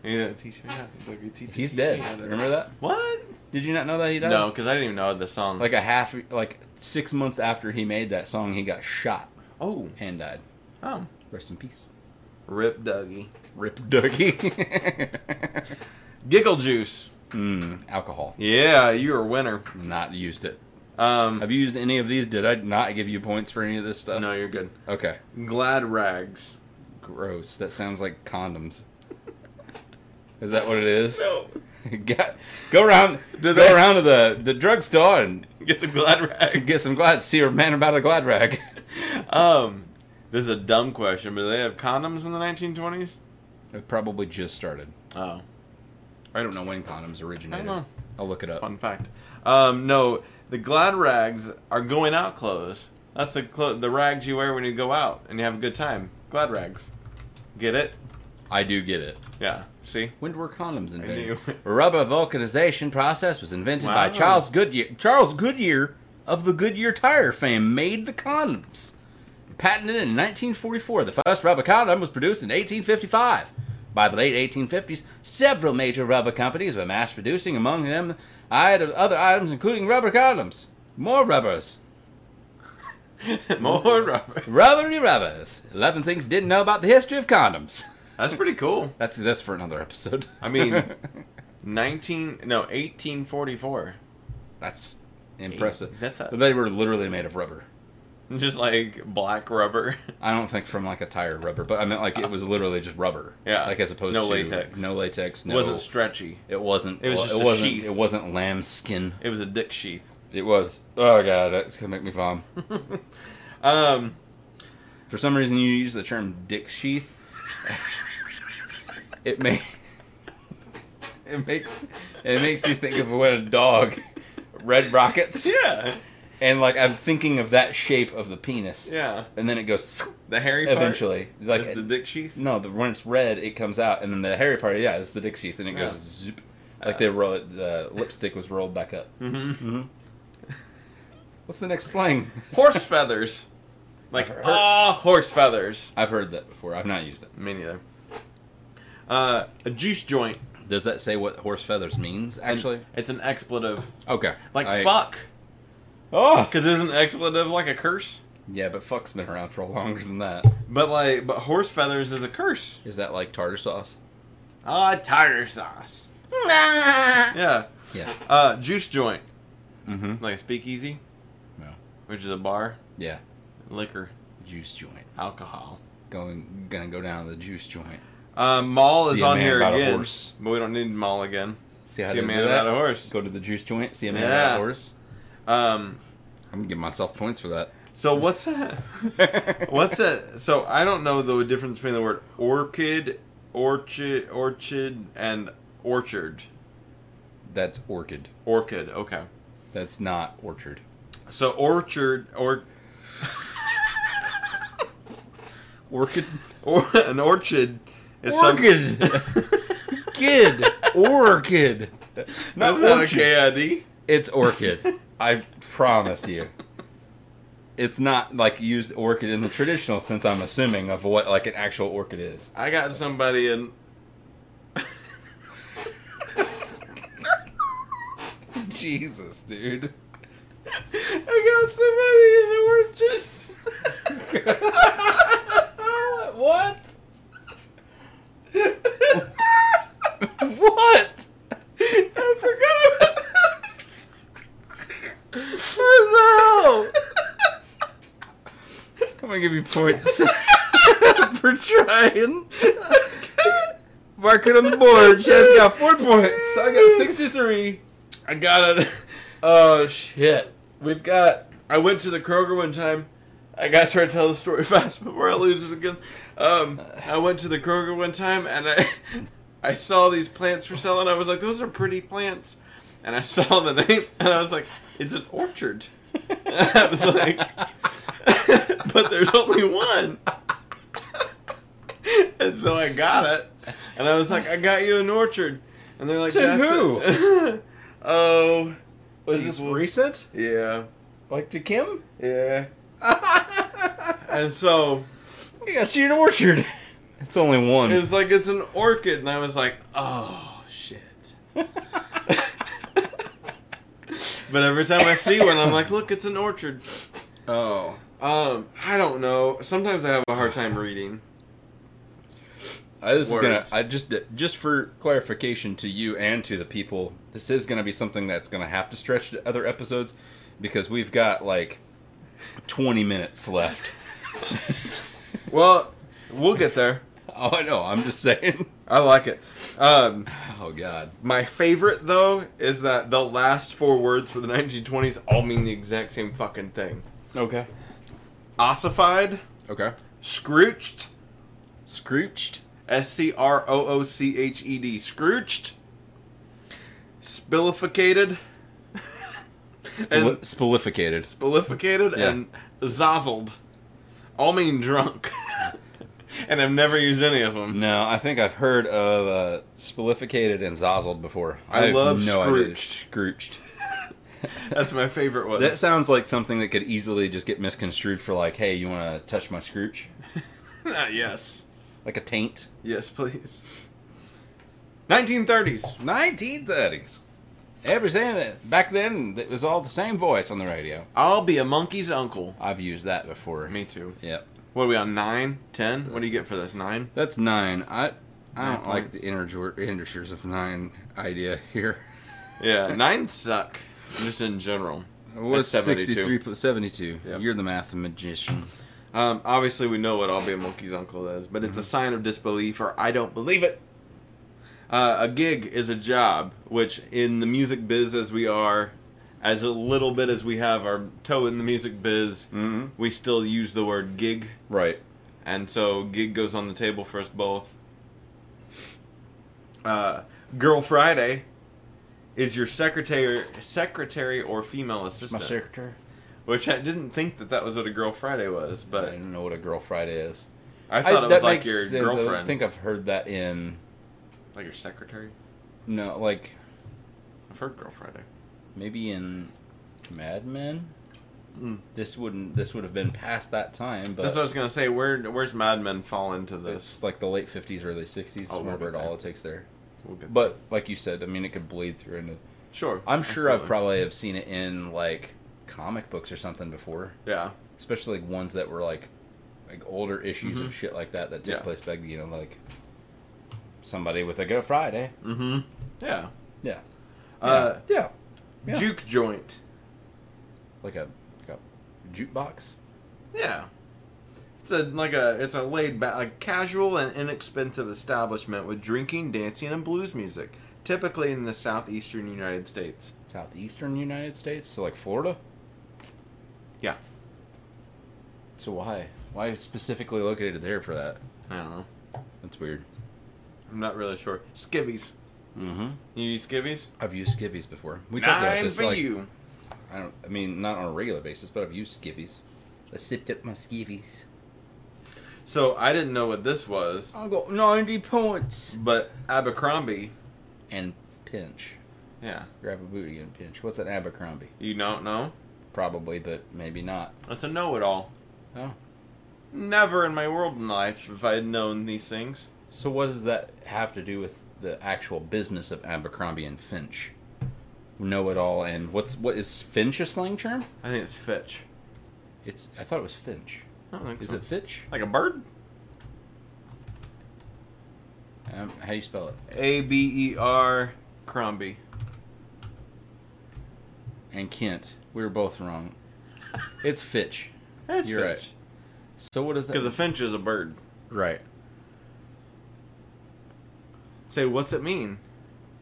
Yeah, teach me how to Dougie, teach- He's teach dead. me how to- Remember that? What? Did you not know that he died? No, because I didn't even know the song. Like a half, like six months after he made that song, he got shot oh, and died. oh, Rest in peace. rip Dougie. Rip Dougie. Giggle juice. mm, alcohol. Yeah, you're a winner. Not used it. Um, Have you used any of these? Did I not give you points for any of this stuff? no, you're good. Okay. Glad rags. Gross. That sounds like condoms. Is that what it is? No, Got- go around, Do go they- around to the the drugstore and get some glad rag. get some glad. See your man about a glad rag. Um, this is a dumb question, but do they have condoms in the 1920s. It probably just started. Oh, I don't know when condoms originated. I don't know. will look it up. fun fact. Um, no, the glad rags are going out clothes. That's the clo- the rags you wear when you go out and you have a good time. Glad rags. Get it? I do get it. Yeah. See. When were condoms invented? knew. A rubber vulcanization process was invented by Wow. Charles Goodyear. Charles Goodyear of the Goodyear tire fame made the condoms. Patented in 1944, the first rubber condom was produced in 1855. By the late 1850s, several major rubber companies were mass producing, among them item, other items including rubber condoms. More rubbers. More rubber. Rubbery rubbers. 11 things you didn't know about the history of condoms. That's pretty cool. That's that's for another episode. I mean, 19 no 1844. That's impressive. That's a- But they were literally made of rubber. Just like black rubber. I don't think from like a tire rubber, but I meant like it was literally just rubber. Yeah. Like as opposed No to latex. No latex. No. wasn't stretchy. it wasn't. It was well, just a it wasn't. sheath. It wasn't lamb skin. It was a dick sheath. It was. Oh god, that's gonna make me vom. Um, For some reason, you use the term dick sheath. it may. It makes it makes you think of when a dog, red rockets, yeah, and like I'm thinking of that shape of the penis, yeah. and then it goes The hairy part eventually. Like is the dick sheath. no, the, when it's red, it comes out, and then the hairy part, yeah, it's the dick sheath, and it goes Yeah. zoop, like they roll it. The lipstick was rolled back up. hmm hmm What's the next slang? Horse feathers. Like I've heard- ah, horse feathers. I've heard that before. I've not used it. Me neither. Uh, a juice joint. Does that say what horse feathers means? And Actually, it's an expletive. okay. Like I- fuck. Oh. Because isn't expletive like a curse? Yeah, but fuck's been around for longer than that. But like, but horse feathers is a curse. Is that like tartar sauce? Ah, tartar sauce. yeah. Yeah. Uh, juice joint. Mm-hmm. Like a speakeasy, Well, which is a bar, yeah. liquor, Juice joint. alcohol. Going, gonna go down to the juice joint. Uh, Maul is See a on man here about a again, horse. but we don't need Maul again. See how See they a do man that? without a horse. Go to the juice joint. See a man Yeah. without a horse. Um, I'm gonna give myself points for that. so what's that? what's that? So I don't know the difference between the word orchid, orchid, orchid, and orchard. That's orchid. Orchid. Okay. That's not orchard. So orchard or, Orchid. or an orchid is some- Orchid. Kid. Orchid. That's Not not a orchid. KID. It's orchid. I promise you. It's not like used orchid in the traditional sense. I'm assuming of what like an actual orchid is. I got somebody in. Jesus, dude. I got somebody in the orchard. what? what? I Oh, no! I'm gonna give you points for trying. Mark it on the board. Chad's got four points. I got 63. forgot. I got it. Oh, shit. We've got. I went to the Kroger one time. I got to try to tell the story fast before I lose it again. Um, I went to the Kroger one time and I, I saw these plants for sale and I was like, those are pretty plants. And I saw the name and I was like, it's an orchard. And I was like, but there's only one. and so I got it. And I was like, I got you an orchard. And they're like, To That's who? it." oh, Was this People. recent? yeah, Like to Kim? yeah. I And so got you an orchard. It's only one. it was like it's an orchid, and I was like, oh shit. but every time I see one, I'm like, look, it's an orchard. oh. Um, I don't know. Sometimes I have a hard time reading. I, this Words. is gonna. I just just for clarification to you and to the people, this is gonna be something that's gonna have to stretch to other episodes because we've got like twenty minutes left. Well, we'll get there. oh, I know. I'm just saying. I like it. Um, Oh God. my favorite though is that the last four words for the 1920s all mean the exact same fucking thing: Okay. ossified, Okay. scrooched, Scrooched. S C R O O C H E D. Scrooched. Spillificated. Spili- and Spilificated. spillificated Yeah. and zozzled. All mean drunk. and I've never used any of them. No, I think I've heard of uh, spilificated and zozzled before. I have love idea. scrooched. Scrooched. That's my favorite one. That sounds like something that could easily just get misconstrued for like, hey, you want to touch my scrooch? Ah, yes. Like a taint. Yes, please. 1930s. 1930s. Every time, back then, it was all the same voice on the radio. I'll be a monkey's uncle. I've used that before. Me too. Yep. What are we on? Nine? Ten? What do you get for this? Nine? That's nine. I I Nine don't like points. the integer, integers of nine idea here. Yeah, nine suck. Just in general. What's That's 72. 63 plus 72? Yep. You're the math magician. Um, obviously, we know what I'll Be a Monkey's Uncle is, but it's Mm-hmm. a sign of disbelief or I don't believe it. Uh, a gig is a job, which in the music biz as we are, as a little bit as we have our toe in the music biz, Mm-hmm. we still use the word gig. Right. And so gig goes on the table for us both. Uh, Girl Friday is your secretary, secretary or female My assistant. secretary. Which I didn't think that that was what a Girl Friday was, I but don't know what a Girl Friday is. I thought it was that like makes your sense. I girlfriend, think I've heard that in. like your secretary. No, like I've heard Girl Friday. maybe in Mad Men. Mm. This wouldn't. This would have been past that time, Hmm. but That's what I was gonna say. Where where's Mad Men fall into this? it's like the late fifties, early sixties, Oh, we'll wherever it get all there. it takes there. We'll get But like you said, I mean, it could bleed through into. there. sure. I'm sure I've absolutely. probably have seen it in like comic books or something before, yeah. especially like ones that were like like older issues of shit like that that took Yeah. place back, you know, like somebody with a Go Friday. Mm-hmm. Yeah. Yeah. Uh, yeah. Yeah. Juke joint. Like a, like a jukebox. Yeah. It's a like a it's a laid back, a casual and inexpensive establishment with drinking, dancing, and blues music, typically in the southeastern United States. Southeastern United States, so like Florida. Yeah. So why? Why specifically located there for that? I don't know. That's weird. I'm not really sure. Skivvies. Mm-hmm. You use skivvies? I've used skivvies before. We Nine for like, you. I don't. I mean, not on a regular basis, but I've used skivvies. I sipped up my skivvies. So I didn't know what this was, I got ninety points. but Abercrombie. And pinch. Yeah. Grab a booty and pinch. What's an Abercrombie? You don't know? Probably, but maybe not. That's a know-it-all. Oh. Never in my world in life if I had known these things. So what does that have to do with the actual business of Abercrombie and Finch? Know it all and what's what is Finch a slang term? I think it's Fitch. It's I thought it was Finch. I don't think Is so. it Fitch? like a bird? Um, how do you spell it? A B E R Crombie. And Kent. We were both wrong. It's Fitch. That's You're right. Fitch. So what is that? Because the finch is a bird. right. Say, what's it mean?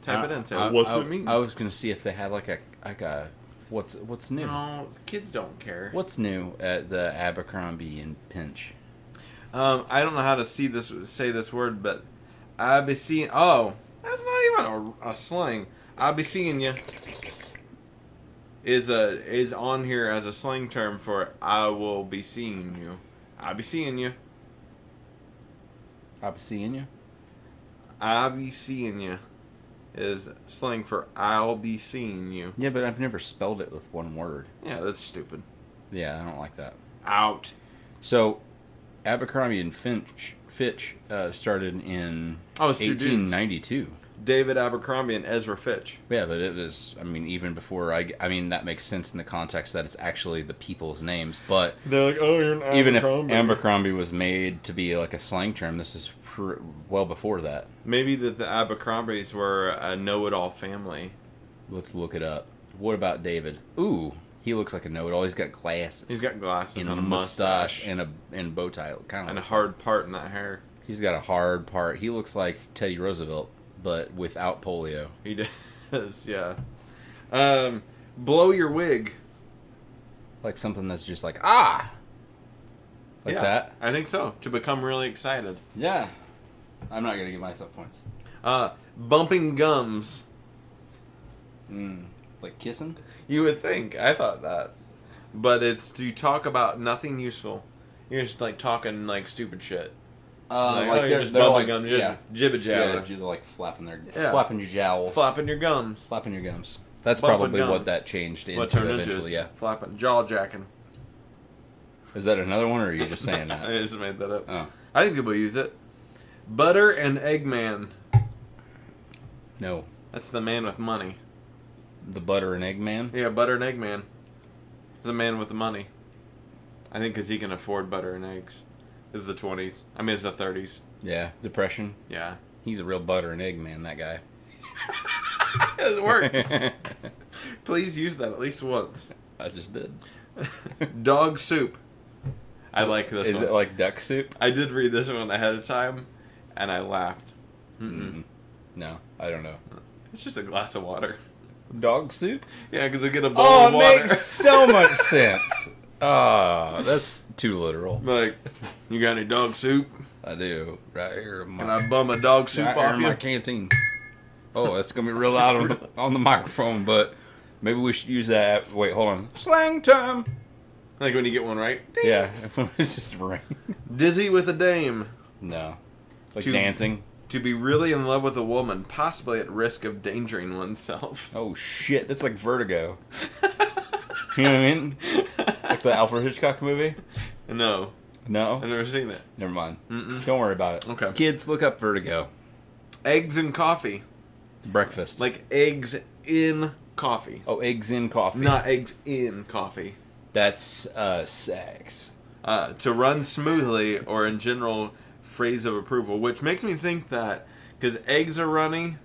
Type it in. Say, I- what's I- it mean? I was gonna see if they had like a like a what's what's new. no, kids don't care. What's new at the Abercrombie and Pinch? Um, I don't know how to see this, say this word, but I be seeing. Oh, that's not even a, a slang. I be seeing you. Is a is on here as a slang term for I will be seeing you. I be seeing you. I'll be seeing you. I be seeing you is slang for I'll be seeing you. Yeah, but I've never spelled it with one word. Yeah, that's stupid. Yeah, I don't like that. Out. So, Abercrombie and Finch Fitch uh, started in Oh, it's two dudes. 1892. David Abercrombie and Ezra Fitch. Yeah, but it was. I mean, even before I. I mean, that makes sense in the context that it's actually the people's names. But They're like, oh, you're an even if Abercrombie was made to be like a slang term, this is pr- well before that. Maybe that the Abercrombies were a know-it-all family. Let's look it up. What about David? Ooh, he looks like a know-it-all. He's got glasses. He's got glasses and and, a a mustache, mustache, and a and bow tie. Kind of. and a hard part in that hair. He's got a hard part. He looks like Teddy Roosevelt, but without polio. He does, yeah. Um, blow your wig. Like something that's just like ah, like yeah, that. I think so. To become really excited. Yeah, I'm not gonna give myself points. Uh, bumping gums. Mm. Like kissing. You would think. I thought that, but it's to talk about nothing useful. You're just like talking like stupid shit. Uh, like like, oh, they're, you're just they're bumping like gums. You're yeah, just jibba yeah, jabba, you're like flapping their Yeah. flapping your jowls, flapping your gums. flapping your gums. That's Bumping probably what gums. that changed into What turned into is eventually. Yeah, flapping, jaw jacking. is that another one, or are you just saying that? I just made that up. Oh I think people use it. Butter and Eggman. no, That's the man with money. the butter and egg man. Yeah, Butter and Eggman. He's the man with the money. I think because he can afford butter and eggs. This is the 20s. I mean, it's the 30s. Yeah, depression. Yeah. He's a real butter and egg man. That guy. it works. Please use that at least once. I just did. Dog soup. I like this Is one. it like duck soup? I did read this one ahead of time, and I laughed. Mm-hmm. Mm-mm. Mm. No, I don't know. It's just a glass of water. Dog soup? Yeah, because I get a bowl Oh, of it water. makes so much sense. Ah, that's too literal. like, you got any dog soup? I do. Right here. in My, Can I bum a dog soup right here off in you? my canteen. Oh, that's gonna be real loud on, on the microphone, but maybe we should use that. Wait, hold on. Slang time. Like when you get one right. Yeah, it's just a ring. Dizzy with a dame. No, like Too- dancing. To be really in love with a woman, possibly at risk of endangering oneself. Oh shit, that's like Vertigo. you know what I mean? Like the Alfred Hitchcock movie. no, I've No, never seen it. never mind. Mm-mm. Don't worry about it. Okay. Kids, look up Vertigo. Eggs and coffee. Breakfast. Like eggs in coffee. oh, eggs in coffee. Not eggs in coffee. That's uh, sex. uh, to run smoothly or in general phrase of approval, which makes me think that because eggs are runny,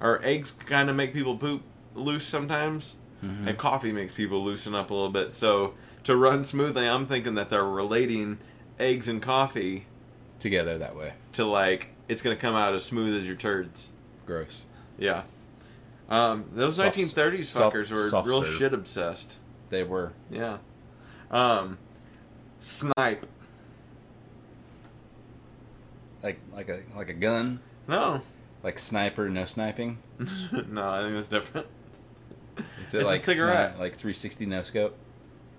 or eggs kind of make people poop loose sometimes, Mm-hmm. and coffee makes people loosen up a little bit. So to run smoothly, I'm thinking that they're relating eggs and coffee Together that way. to like it's gonna come out as smooth as your turds. Gross. Yeah. Um, those Soft- 1930s soft- fuckers were soft real serve. shit obsessed. They were. Yeah. Um, snipe. Like like a like a gun. No. Like sniper, no sniping. no, I think that's different. It's It's a like sni- cigarette. like 360 no scope.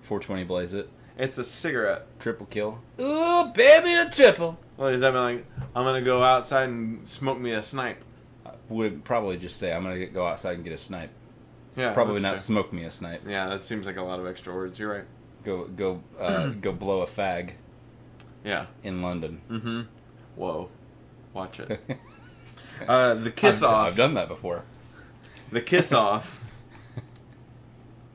420 blaze it. It's a cigarette. Triple kill. Ooh, baby, a triple. Well, does that mean like I'm gonna go outside and smoke me a snipe? I would probably just say I'm gonna get, go outside and get a snipe. Yeah, Probably that's not true. smoke me a snipe. Yeah, that seems like a lot of extra words. You're right. Go go uh, go blow a fag Yeah. in London. Mm-hmm. Whoa. Watch it. I've- Uh, the kiss off. I've done that before. The kiss off.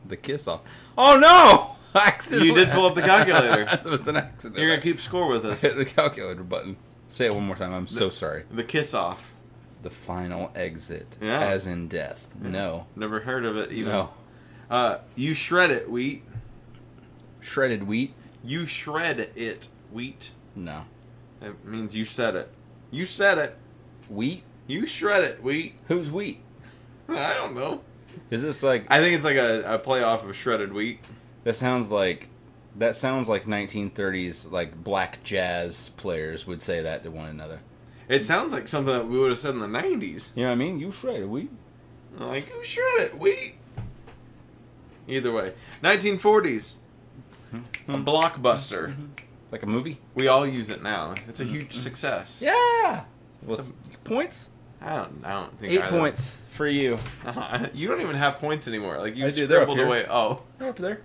The kiss off. Oh no! I accidentally- You did pull up the calculator. it was an accident. You're gonna keep score with us. hit the calculator button. Say it one more time. I'm so sorry. The kiss off. The final exit, Yeah. as in death. No, Never heard of it even. no. Uh, you shred it, wheat. Shredded wheat. You shred it, wheat. No, It means you said it. You said it. wheat. You shred it, wheat. Who's wheat? I don't know. Is this like I think it's like a, a playoff of shredded wheat. That sounds like that sounds like 1930s like black jazz players would say that to one another. It sounds like something that we would have said in the 90s. You know what I mean? You shredded wheat. I'm like, who shred it? We. Either way, 1940s, a Hmm. blockbuster. Mm-hmm. Like a movie? We all use it now. It's a huge success. Mm-hmm. Yeah. What's points? I don't. I don't think Eight I- points for you. you don't even have points anymore. Like you I do, they're up scribbled here. away. Oh, They're up there.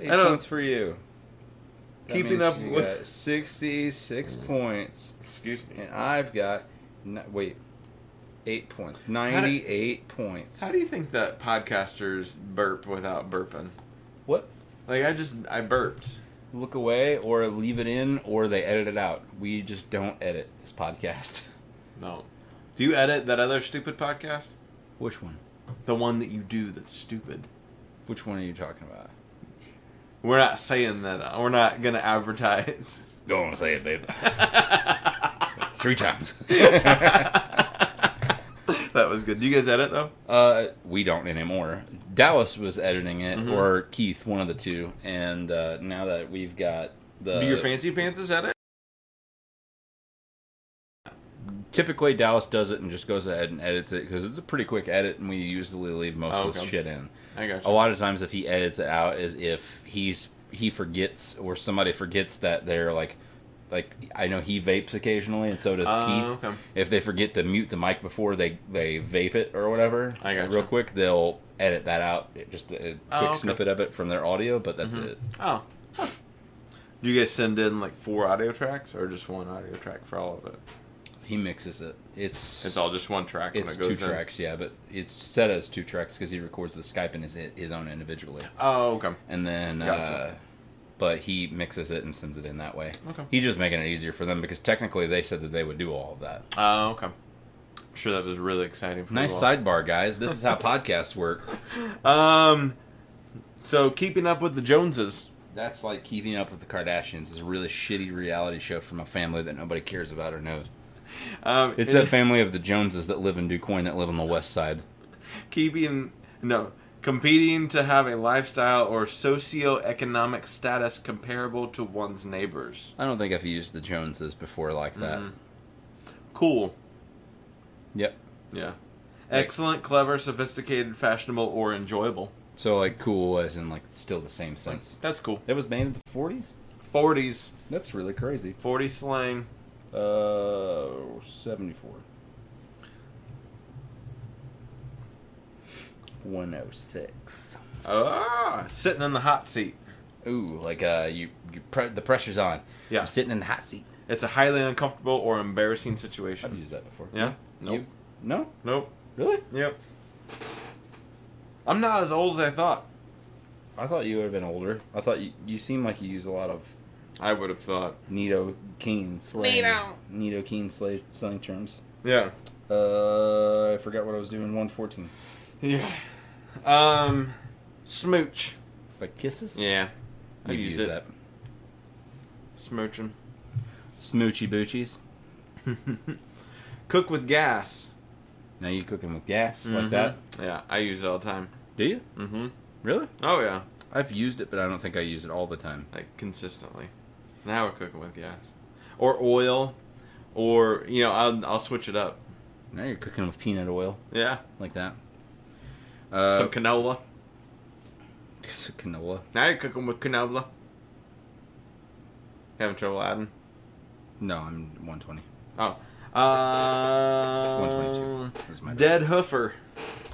Eight I don't- points for you. That Keeping means up you with- got 66 points, excuse me. and I've got ni- wait, eight points, 98 points. How do you think that podcasters burp without burping? what? Like I just I burped. look away or leave it in or they edit it out. We just don't edit this podcast. No. Do you edit that other stupid podcast? Which one? The one that you do that's stupid. Which one are you talking about? We're not saying that. uh, We're not gonna advertise. Go on, say it, babe. Three times. that was good. Do you guys edit though? uh, we don't anymore. Dallas was editing it, Mm-hmm. or Keith, one of the two. And uh, now that we've got the Do your fancy pants is edit? typically Dallas does it and just goes ahead and edits it because it's a pretty quick edit, and we usually leave most Oh, of this okay. shit in. I got a lot of times if he edits it out is if he's he forgets or somebody forgets that they're like like I know he vapes occasionally and so does Oh, Keith. okay. If they forget to mute the mic before they they vape it or whatever, I gotcha. real quick they'll edit that out. It- Just a a quick Oh, okay. snippet of it from their audio, but that's it. Oh. Do you guys send in like four audio tracks or just one audio track for all of it? He mixes it. It's It's all just one track it's when two it goes in. tracks, yeah, but it's set as two tracks because he records the Skype and his his own individually. Oh, okay. and then uh, Gotcha. but he mixes it and sends it in that way. Okay. He's just making it easier for them because technically they said that they would do all of that. Oh, okay. I'm sure that was really exciting for Nice you all. sidebar, guys. This is how podcasts work. Um So keeping up with the Joneses. That's like keeping up with the Kardashians. It's a really shitty reality show from a family that nobody cares about or knows. Um, It's and that family of the Joneses that live in Duquoin that live on the west side. keeping no competing to have a lifestyle or socioeconomic status comparable to one's neighbors. I don't think I've used the Joneses before like that. Mhm. Cool. Yep. Yeah. Excellent, clever, sophisticated, fashionable, or enjoyable. So like cool as in like still the same sense. That's cool. That was made in the forties? Forties, That's really crazy. forty slang. Uh seventy four. One oh six. Ah, sitting in the hot seat. Ooh, like uh, you, you pre- the pressure's on. Yeah. I'm sitting in the hot seat. It's a highly uncomfortable or embarrassing I've situation. used that before. Yeah. Nope. You- no. Nope. Really? Yep. I'm not as old as I thought. I thought you would have been older. I thought you, you seem like you use a lot of I would have thought. Nito Keen slang. Nito. Nito Keen slay slang terms. Yeah. Uh, I forgot what I was doing. One fourteen. Yeah. Um, smooch. Like kisses. Yeah. I You've used, used it. that. Smooching. Smoochy boochies. Cook with gas. Now you cooking with gas like Mhm. that? Yeah, I use it all the time. Do you Mm-hmm. really? Oh yeah, I've used it, but I don't think I use it all the time. like consistently. Now we're cooking with gas, or oil, or you know, I'll I'll switch it up. Now you're cooking with peanut oil Yeah, like that. Uh, some canola. some canola. Now you're cooking with canola. Having trouble adding? No, I'm 120. Oh. Uh, 122 is my bad. Dead hoofer.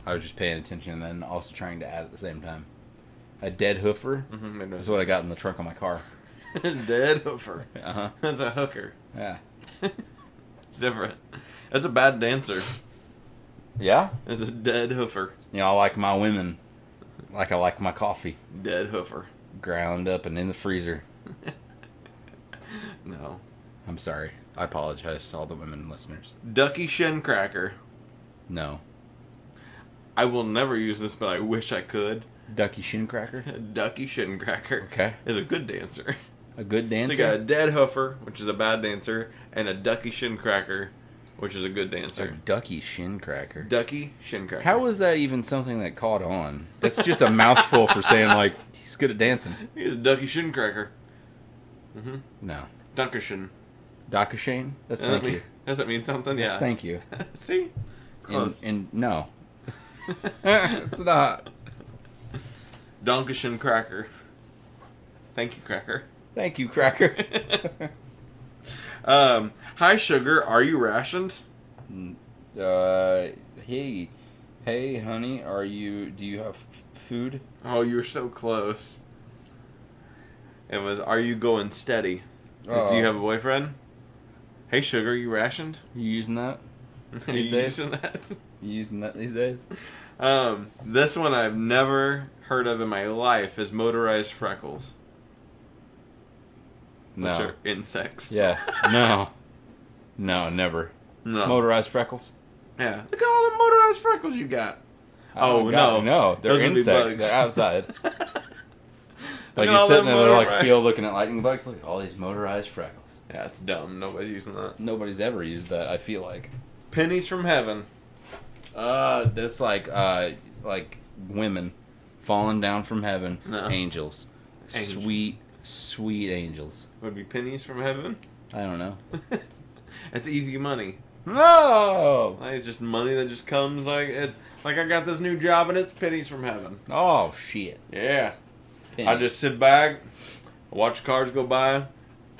I was just paying attention and then also trying to add at the same time. A dead hoofer Mhm, I know. is what I got in the trunk of my car. Dead hoofer. Uh huh. That's a hooker. Yeah. It's different. That's a bad dancer. Yeah. It's a dead hoofer. You know, I like my women like I like my coffee, Dead hoofer. ground up and in the freezer. No. I'm sorry. I apologize to all the women listeners. Ducky shin cracker. No. I will never use this, but I wish I could. Ducky Shincracker. Ducky shin cracker Okay. is a good dancer. A good So dancer. you got a dead hoofer, which is a bad dancer, and a ducky shin cracker, which is a good a dancer. ducky Shincracker. Ducky shin cracker. How was that even something that caught on? That's just a mouthful for saying like he's good at dancing. He's a ducky shin cracker. Mm-hmm. No. Dunkershin. Daka Shane? That's Does that, thank mean, you. does that mean something? That's yeah. thank you. See? It's And, close. and no. it's not. Dunkishin cracker. Thank you, cracker. Thank you, Cracker. Um, hi, sugar. Are you rationed? uh, hey, hey, honey, are you? Do you have f- food? Oh, you were so close. It was, are you going steady? Like, Do you Oh. have a boyfriend? Hey, sugar, you rationed? You using that? Are These you days? using that? You using that these days? Um, this one I've never heard of in my life is motorized freckles, No. which are insects. Yeah. No. No, never. No. Motorized freckles. yeah. Look at all the motorized freckles you got. I Oh, don't got- no. no! They're Those would be insects. bugs. They're outside. Look like at you're all sitting them in the like motorized- field looking at lightning bugs. Look at all these motorized freckles. Yeah, it's dumb. Nobody's using that. Nobody's ever used that. I feel like. Pennies from heaven. Uh, that's like uh, like women falling down from heaven, No. angels, Angels. sweet, sweet angels. Would be pennies from heaven. I don't know. That's easy money. No. Like, it's just money that just comes like it. Like I got this new job and it's pennies from heaven. Oh shit. Yeah. I Penny. just sit back, watch cars go by,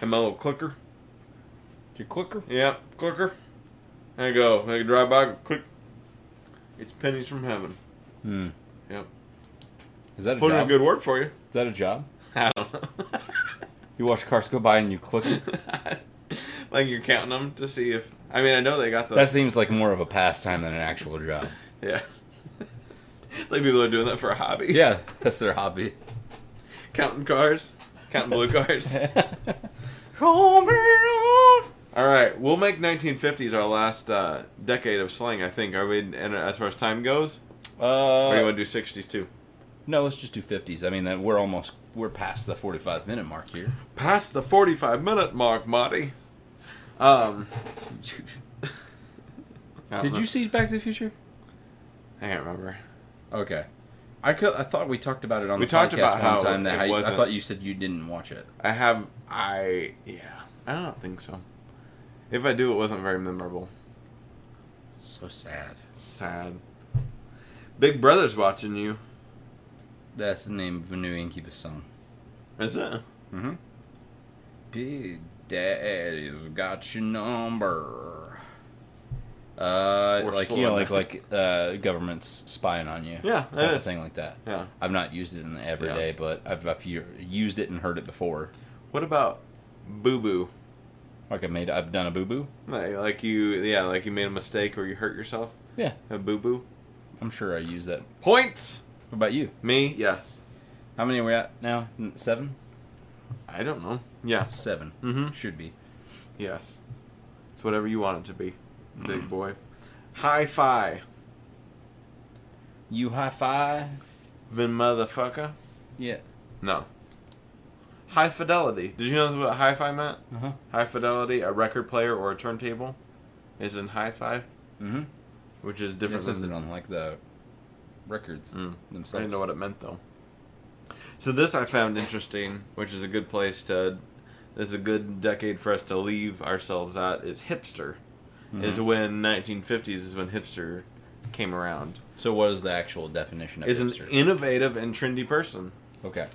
and my little clicker. your clicker. Yeah, clicker. And I go. I can drive by. Click. It's pennies from heaven. Hmm. Yep. Is that a Put in a job? good word for you. Is that a job? I don't know. You watch cars go by and you click it. like you're counting them to see if. I mean, I know they got those. That seems like more of a pastime than an actual job. Yeah. like people are doing that for a hobby. Yeah, that's their hobby. Counting cars, counting blue cars. All right, we'll make 1950s our last uh, decade of slang. I think. Are we? And as far as time goes, or do you Uh, want to do 60s too? No, let's just do 50s. I mean, that we're almost we're past the 45 minute mark here. Past the 45 minute mark, Marty. Um. I don't Did know. you see Back to the Future? I can't remember. Okay. I, could, I thought we talked about it on We the talked podcast about one how time that it how you, I wasn't- thought you said you didn't watch it. I have. I. Yeah. I don't think so. If I do, it wasn't very memorable. So sad. Sad. Big Brother's watching you. That's the name of a new Incubus song. Is it? Mm-hmm. Big Daddy's got your number. Uh, Or like you know, like Slug. like uh, governments spying on you. Yeah, it type of is. thing like that. Yeah. I've not used it in the everyday, but I've, I've u- used it and heard it before. What about Boo Boo? Like I made, I've done a boo boo. Like, like you, yeah, like you made a mistake or you hurt yourself. Yeah, A boo boo. I'm sure I use that. Points. What about you? Me? Yes. How many are we at now? N- Seven. I don't know. Yes. Seven Mm-hmm. should be. Yes. It's whatever you want it to be, big boy. Hi fi, You high five. then motherfucker. Yeah. No. High fidelity. Did you know what hi fi meant? Uh huh. High fidelity, a record player or a turntable, is in hi fi, Mm-hmm. which is It different says than. it on like the records Mm. I themselves. didn't know what it meant though. So this I found interesting, which is a good place to. This is a good decade for us to leave ourselves at is hipster. Mm-hmm. Is when 1950s is when hipster came around. So what is the actual definition of Is an hipster? innovative and trendy person. okay.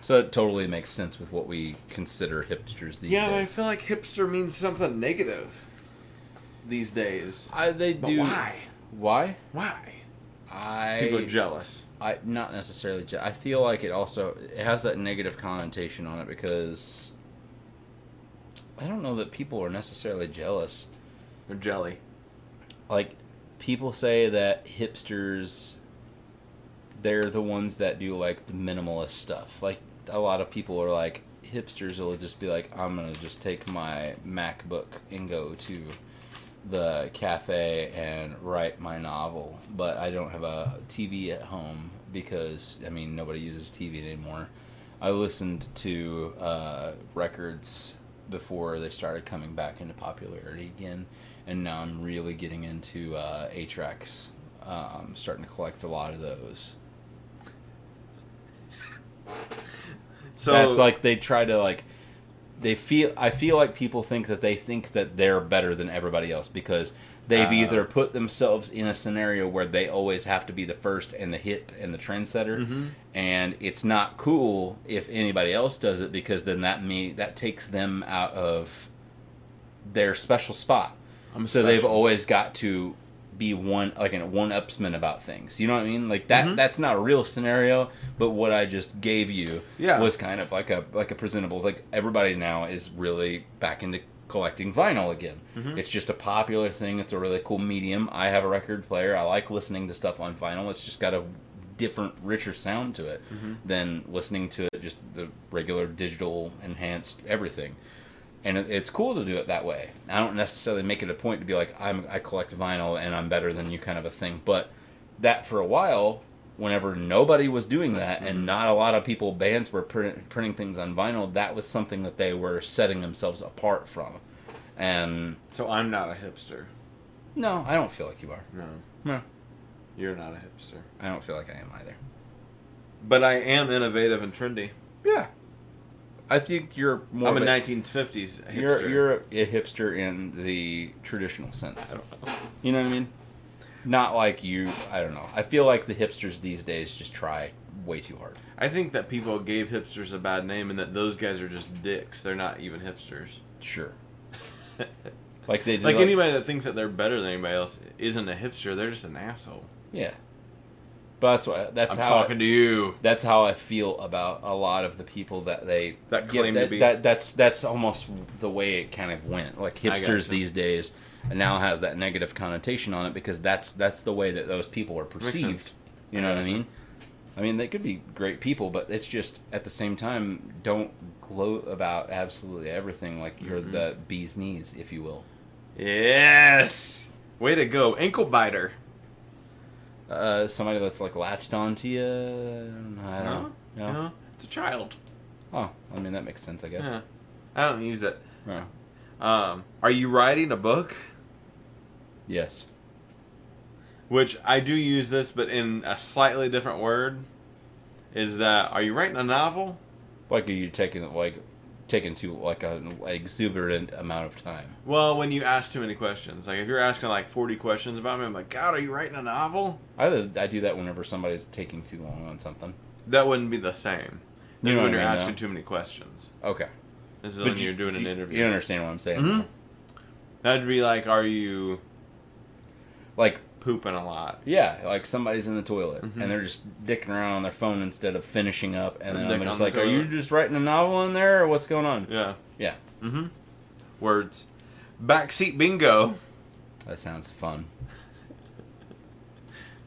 So it totally makes sense with what we consider hipsters these Yeah, but I days. feel like hipster means something negative these days. I, they But do. why? Why? Why? I People are jealous. I not necessarily. ju- I feel like it also it has that negative connotation on it because I don't know that people are necessarily jealous. They're jelly. Like people say that hipsters, they're the ones that do like the minimalist stuff. Like a lot of people are like hipsters will just be like, I'm gonna just take my MacBook and go to the cafe and write my novel, but I don't have a TV at home because I mean nobody uses TV anymore. I listened to uh, records before they started coming back into popularity again, and now I'm really getting into uh, A-tracks. Uh, I'm starting to collect a lot of those. So That's like they try to like they feel I feel like people think that they think that they're better than everybody else because they've Uh. either put themselves in a scenario where they always have to be the first and the hip and the trendsetter Mm-hmm. and it's not cool if anybody else does it because then that me that takes them out of their special spot. I'm so they've special. always got to be one like an one upsman about things. You know what I mean? Like that Mm-hmm. that's not a real scenario, but what I just gave you Yeah. was kind of like a like a presentable like everybody now is really back into collecting vinyl again. Mm-hmm. It's just a popular thing. It's a really cool medium. I have a record player. I like listening to stuff on vinyl. It's just got a different richer sound to it Mm-hmm. than listening to it just the regular digital enhanced everything and it, it's cool to do it that way. I don't necessarily make it a point to be like I'm I collect vinyl and I'm better than you kind of a thing, but that for a while, whenever nobody was doing that and not a lot of people bands were print, printing things on vinyl, that was something that they were setting themselves apart from. And so I'm not a hipster. no, I don't feel like you are. No, No, you're not a hipster. I don't feel like I am either. But I am innovative and trendy. Yeah, I think you're more. I'm a of 1950s hipster. You're you're a, a hipster in the traditional sense. You know what I mean? Not like you. I don't know. I feel like the hipsters these days just try way too hard. I think that people gave hipsters a bad name and that those guys are just dicks. They're not even hipsters. Sure. Like they do. Like, anybody that thinks that they're better than anybody else isn't a hipster. They're just an asshole. Yeah. But that's what. That's I'm how. talking to you. that's how I feel about a lot of the people that they That give- claim to that, be. That, that's that's almost the way it kind of went. Like hipsters gotcha. these days now has that negative connotation on it because that's that's the way that those people are sense. perceived. You know what I gotcha. mean? I mean they could be great people, but it's just at the same time don't gloat about absolutely everything. Like you're Mm-hmm. the bee's knees, if you will. Yes. Way to go, ankle biter. Uh, somebody that's like latched onto you. I don't know. No, no, it's a child. Oh, I mean that makes sense, I guess. Yeah, I don't use it. Yeah. Um, are you writing a book? Yes. Which I do use this, but in a slightly different word. Is that are you writing a novel? Like are you taking like taking to like an exuberant amount of time? Well, when you ask too many questions, like if you're asking like 40 questions about me, I'm like, God, are you writing a novel? I I do that whenever somebody's taking too long on something. That wouldn't be the You same. This is know when what I you're mean, asking though. too many questions. Okay. This is But when you- you, are doing an you- interview. You understand what I'm saying? Mhm. That'd be like, are you Like pooping a lot? yeah, like somebody's in the toilet Mhm. and they're just dicking around on their phone instead of finishing up, and then Dick I'm on just the like, are you toilet. just writing a novel in there or what's going on? Yeah. Yeah, Mm-hmm. Words. Backseat bingo. that sounds fun.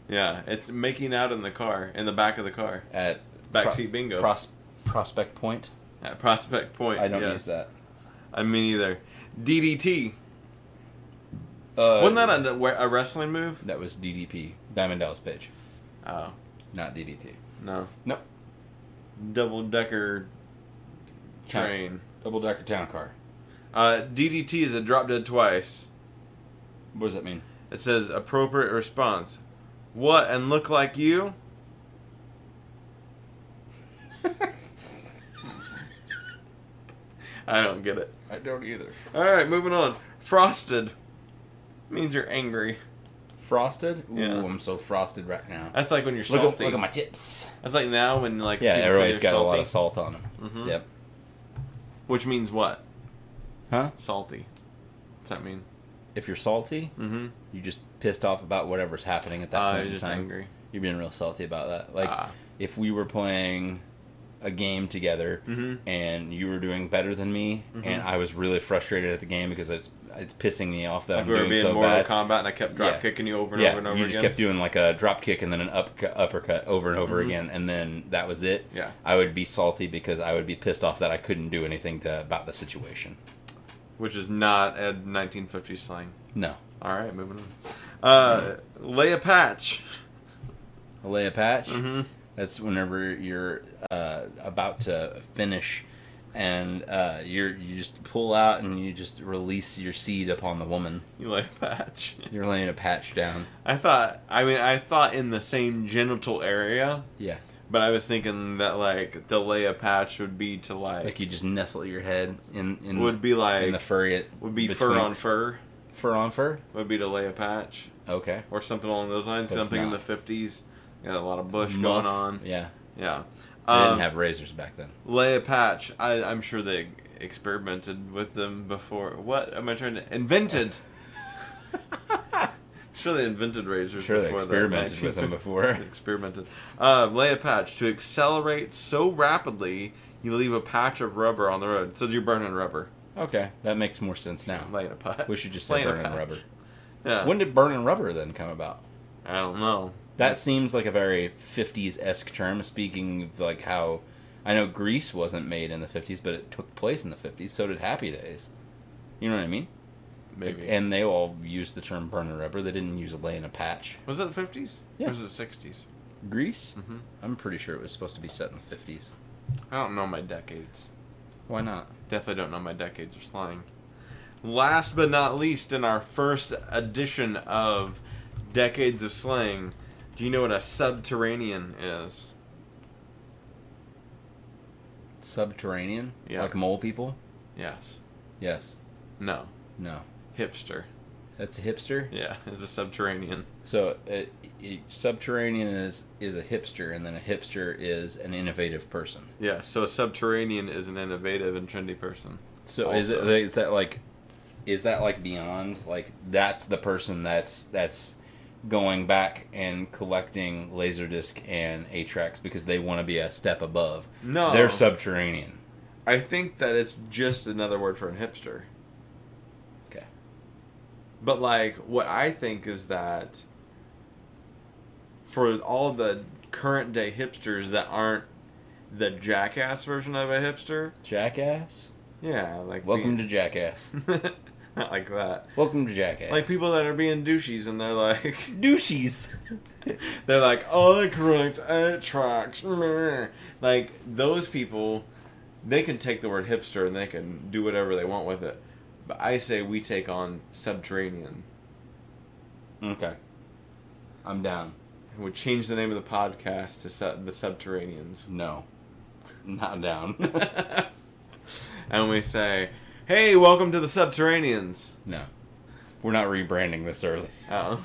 Yeah, it's making out in the car, in the back of the car. At Backseat bingo. Pros- Prospect Point. At Prospect Point. I don't yes. use that. I mean either. DDT. Uh, Wasn't that a, a wrestling move? That was DDP, Diamond Dallas Page, Oh, not DDT. no. Nope. Double decker Town- train. Double decker town car. Uh, DDT is a drop dead twice. What does that mean? It says appropriate response. What and look like you? I don't get it. I don't either. All right, moving on. Frosted means you're angry. Frosted? Ooh, Yeah. I'm so frosted right now. That's like when you're Uh, Look at, salty. look at my tips. That's like now when like Yeah, people say everybody's you're got a lot of salt on them. Mhm. Yep. which means what? Huh? Salty. What's that mean? If you're salty, Mm-hmm. you just pissed off about whatever's happening at that Uh, point you're in just time. angry. You're being real salty about that. Like Ah. if we were playing a game together Mhm. and you were doing better than me, and I was really frustrated at the game because it's it's pissing me off that Like I'm we were doing being so Mortal bad. Kombat, and I kept drop Yeah. kicking you over and yeah, over and over you again. Mm-hmm. just kept doing like a drop kick and then an up, uppercut over and over again, and then that was it. Yeah. I would be salty because I would be pissed off that I couldn't do anything to, about the situation. which is not a 1950s slang. No, All right, moving on. Uh, lay a patch. lay a patch. Mm-hmm. That's whenever you're uh, about to finish, and uh, you're you just pull out and you just release your seed upon the woman. You lay a patch. You're laying a patch down. I thought. I mean, I thought in the same genital area, Yeah, but I was thinking that like to lay a patch would be to like, like you just nestle your head in in would be like in the fur. It would be fur on fur Fur on fur. would be to lay a patch Okay. or something along those lines. 'cause But I'm it's thinking not. the 50s. Got a lot of bush Muff. going on. Yeah. Yeah. They Um, didn't have razors back then. lay a patch. I, I'm sure they experimented with them before. What am I trying to invented? sure, they invented razors. Sure, they before the experimented with them 1950s. before. experimented. Uh, lay a patch to accelerate so rapidly you leave a patch of rubber on the road. It says you're burning rubber. Okay, that makes more sense now. Laying a patch. We should just say Laying a burning patch. rubber. Yeah. When did burning rubber then come about? I don't know. That seems like a very 50s esque term, speaking of like how I know Greece wasn't made in the 50s, but it took place in the 50s, so did Happy Days. You know what I mean? Maybe. And they all used the term burning rubber. They didn't use lay in a patch. was it the 50s? Yeah. Or was it 60s? Greece? Mm-hmm. I'm pretty sure it was supposed to be set in the 50s. I don't know my decades. Why not? Definitely don't know my decades of slang. Last but not least, in our first edition of Decades of Slang, do you know what a subterranean is? Subterranean? Yeah. Like mole people? Yes. Yes. No. No. Hipster. That's a hipster? Yeah, it's a subterranean. So it, it, subterranean is is a hipster, and then a hipster is an innovative person. Yeah, so a subterranean is an innovative and trendy person. So is it Also. is that like is that like beyond like that's the person that's that's going back and collecting laserdisc and Atrax because they want to be a step above. No. They're subterranean. I think that it's just another word for a hipster. Okay. But like what I think is that for all the current day hipsters that aren't the jackass version of a hipster, Jackass. yeah, like Welcome to Jackass. to Not like that. Welcome to Jackass. Like people that are being douchies and they're like, douches. they're like, oh, correct, it tracks. meh." Like those people, they can take the word hipster and they can do whatever they want with it. But I say we take on subterranean. Okay. I'm down. And we change the name of the podcast to sub- the Subterraneans. No. Not down. and we say, hey, welcome to the Subterraneans. no. We're not rebranding this early. Oh.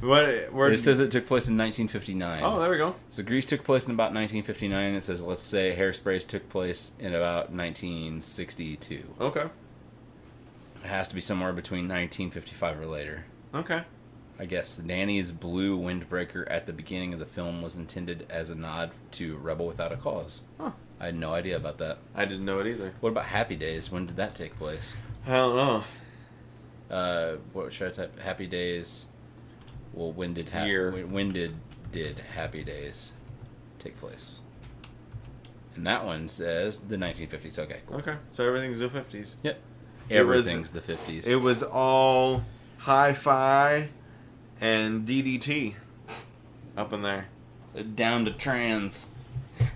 what? Where? It says it took place in 1959. oh, there we go. So Grease took place in about 1959. It says, let's say Hairsprays took place in about 1962. Okay. It has to be somewhere between 1955 or later. Okay. I guess Danny's blue windbreaker at the beginning of the film was intended as a nod to Rebel Without a Cause. Huh. I had no idea about that. I didn't know it either. What about Happy Days? When did that take place? I don't know. Uh, what should I type? Happy Days. Well, when did Happy Year. When, when did did Happy Days take place? And that one says the 1950s. Okay, cool. Okay. So everything's the 50s. Yep. It was- Everything's the 50s. It was all hi fi and DDT up in there. down to trans.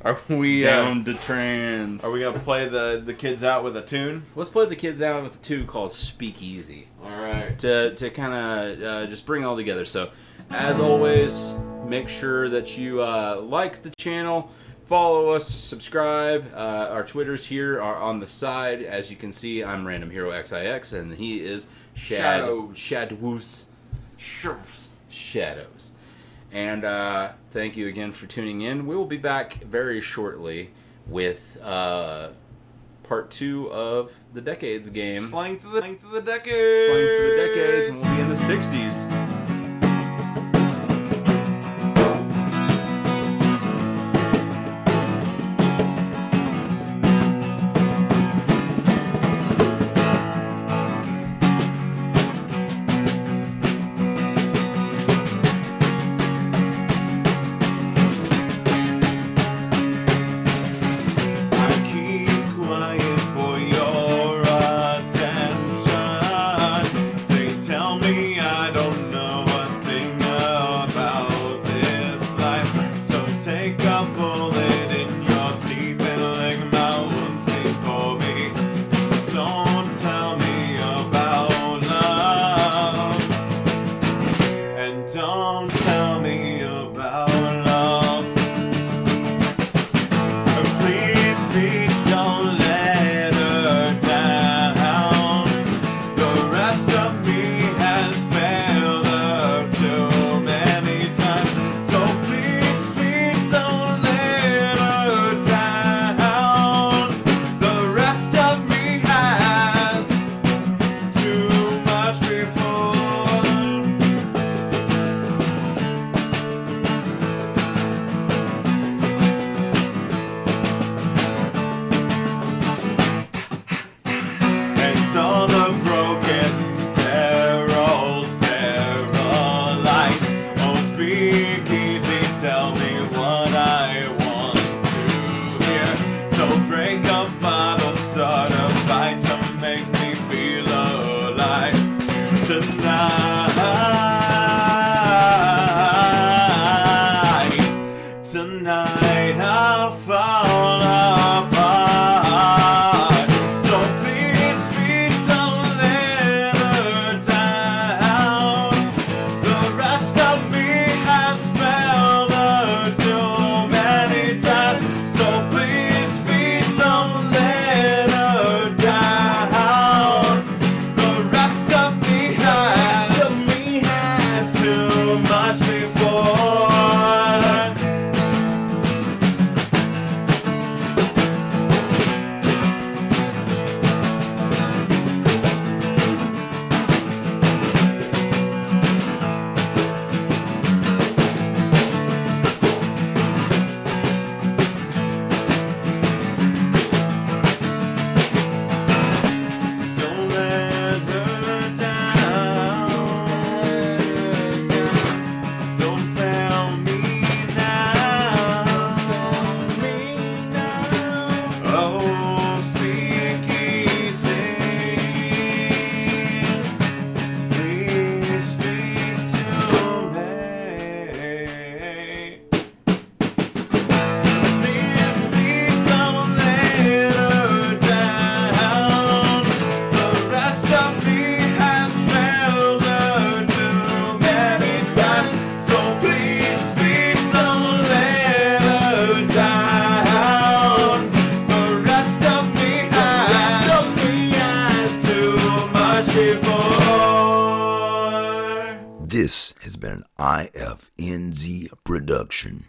Are we uh, Down to trans. are we gonna play the the kids out with a tune? Let's play the kids out with a two called Speakeasy. All right. to, to kind of uh, just bring it all together. So, as always, make sure that you uh, like the channel, follow us, subscribe. Uh, our Twitters here are on the side. As you can see, I'm Random Hero XIX, and he is Shad Shadows. Shadwoos Shadows. And uh, thank you again for tuning in. We will be back very shortly with uh, part two of the Decades game. Slang for the slang for the decades. Slang for the decades, and we'll be in the 60s. Keep quiet for your attention. They tell me I don't know. Oh, IFNZ production.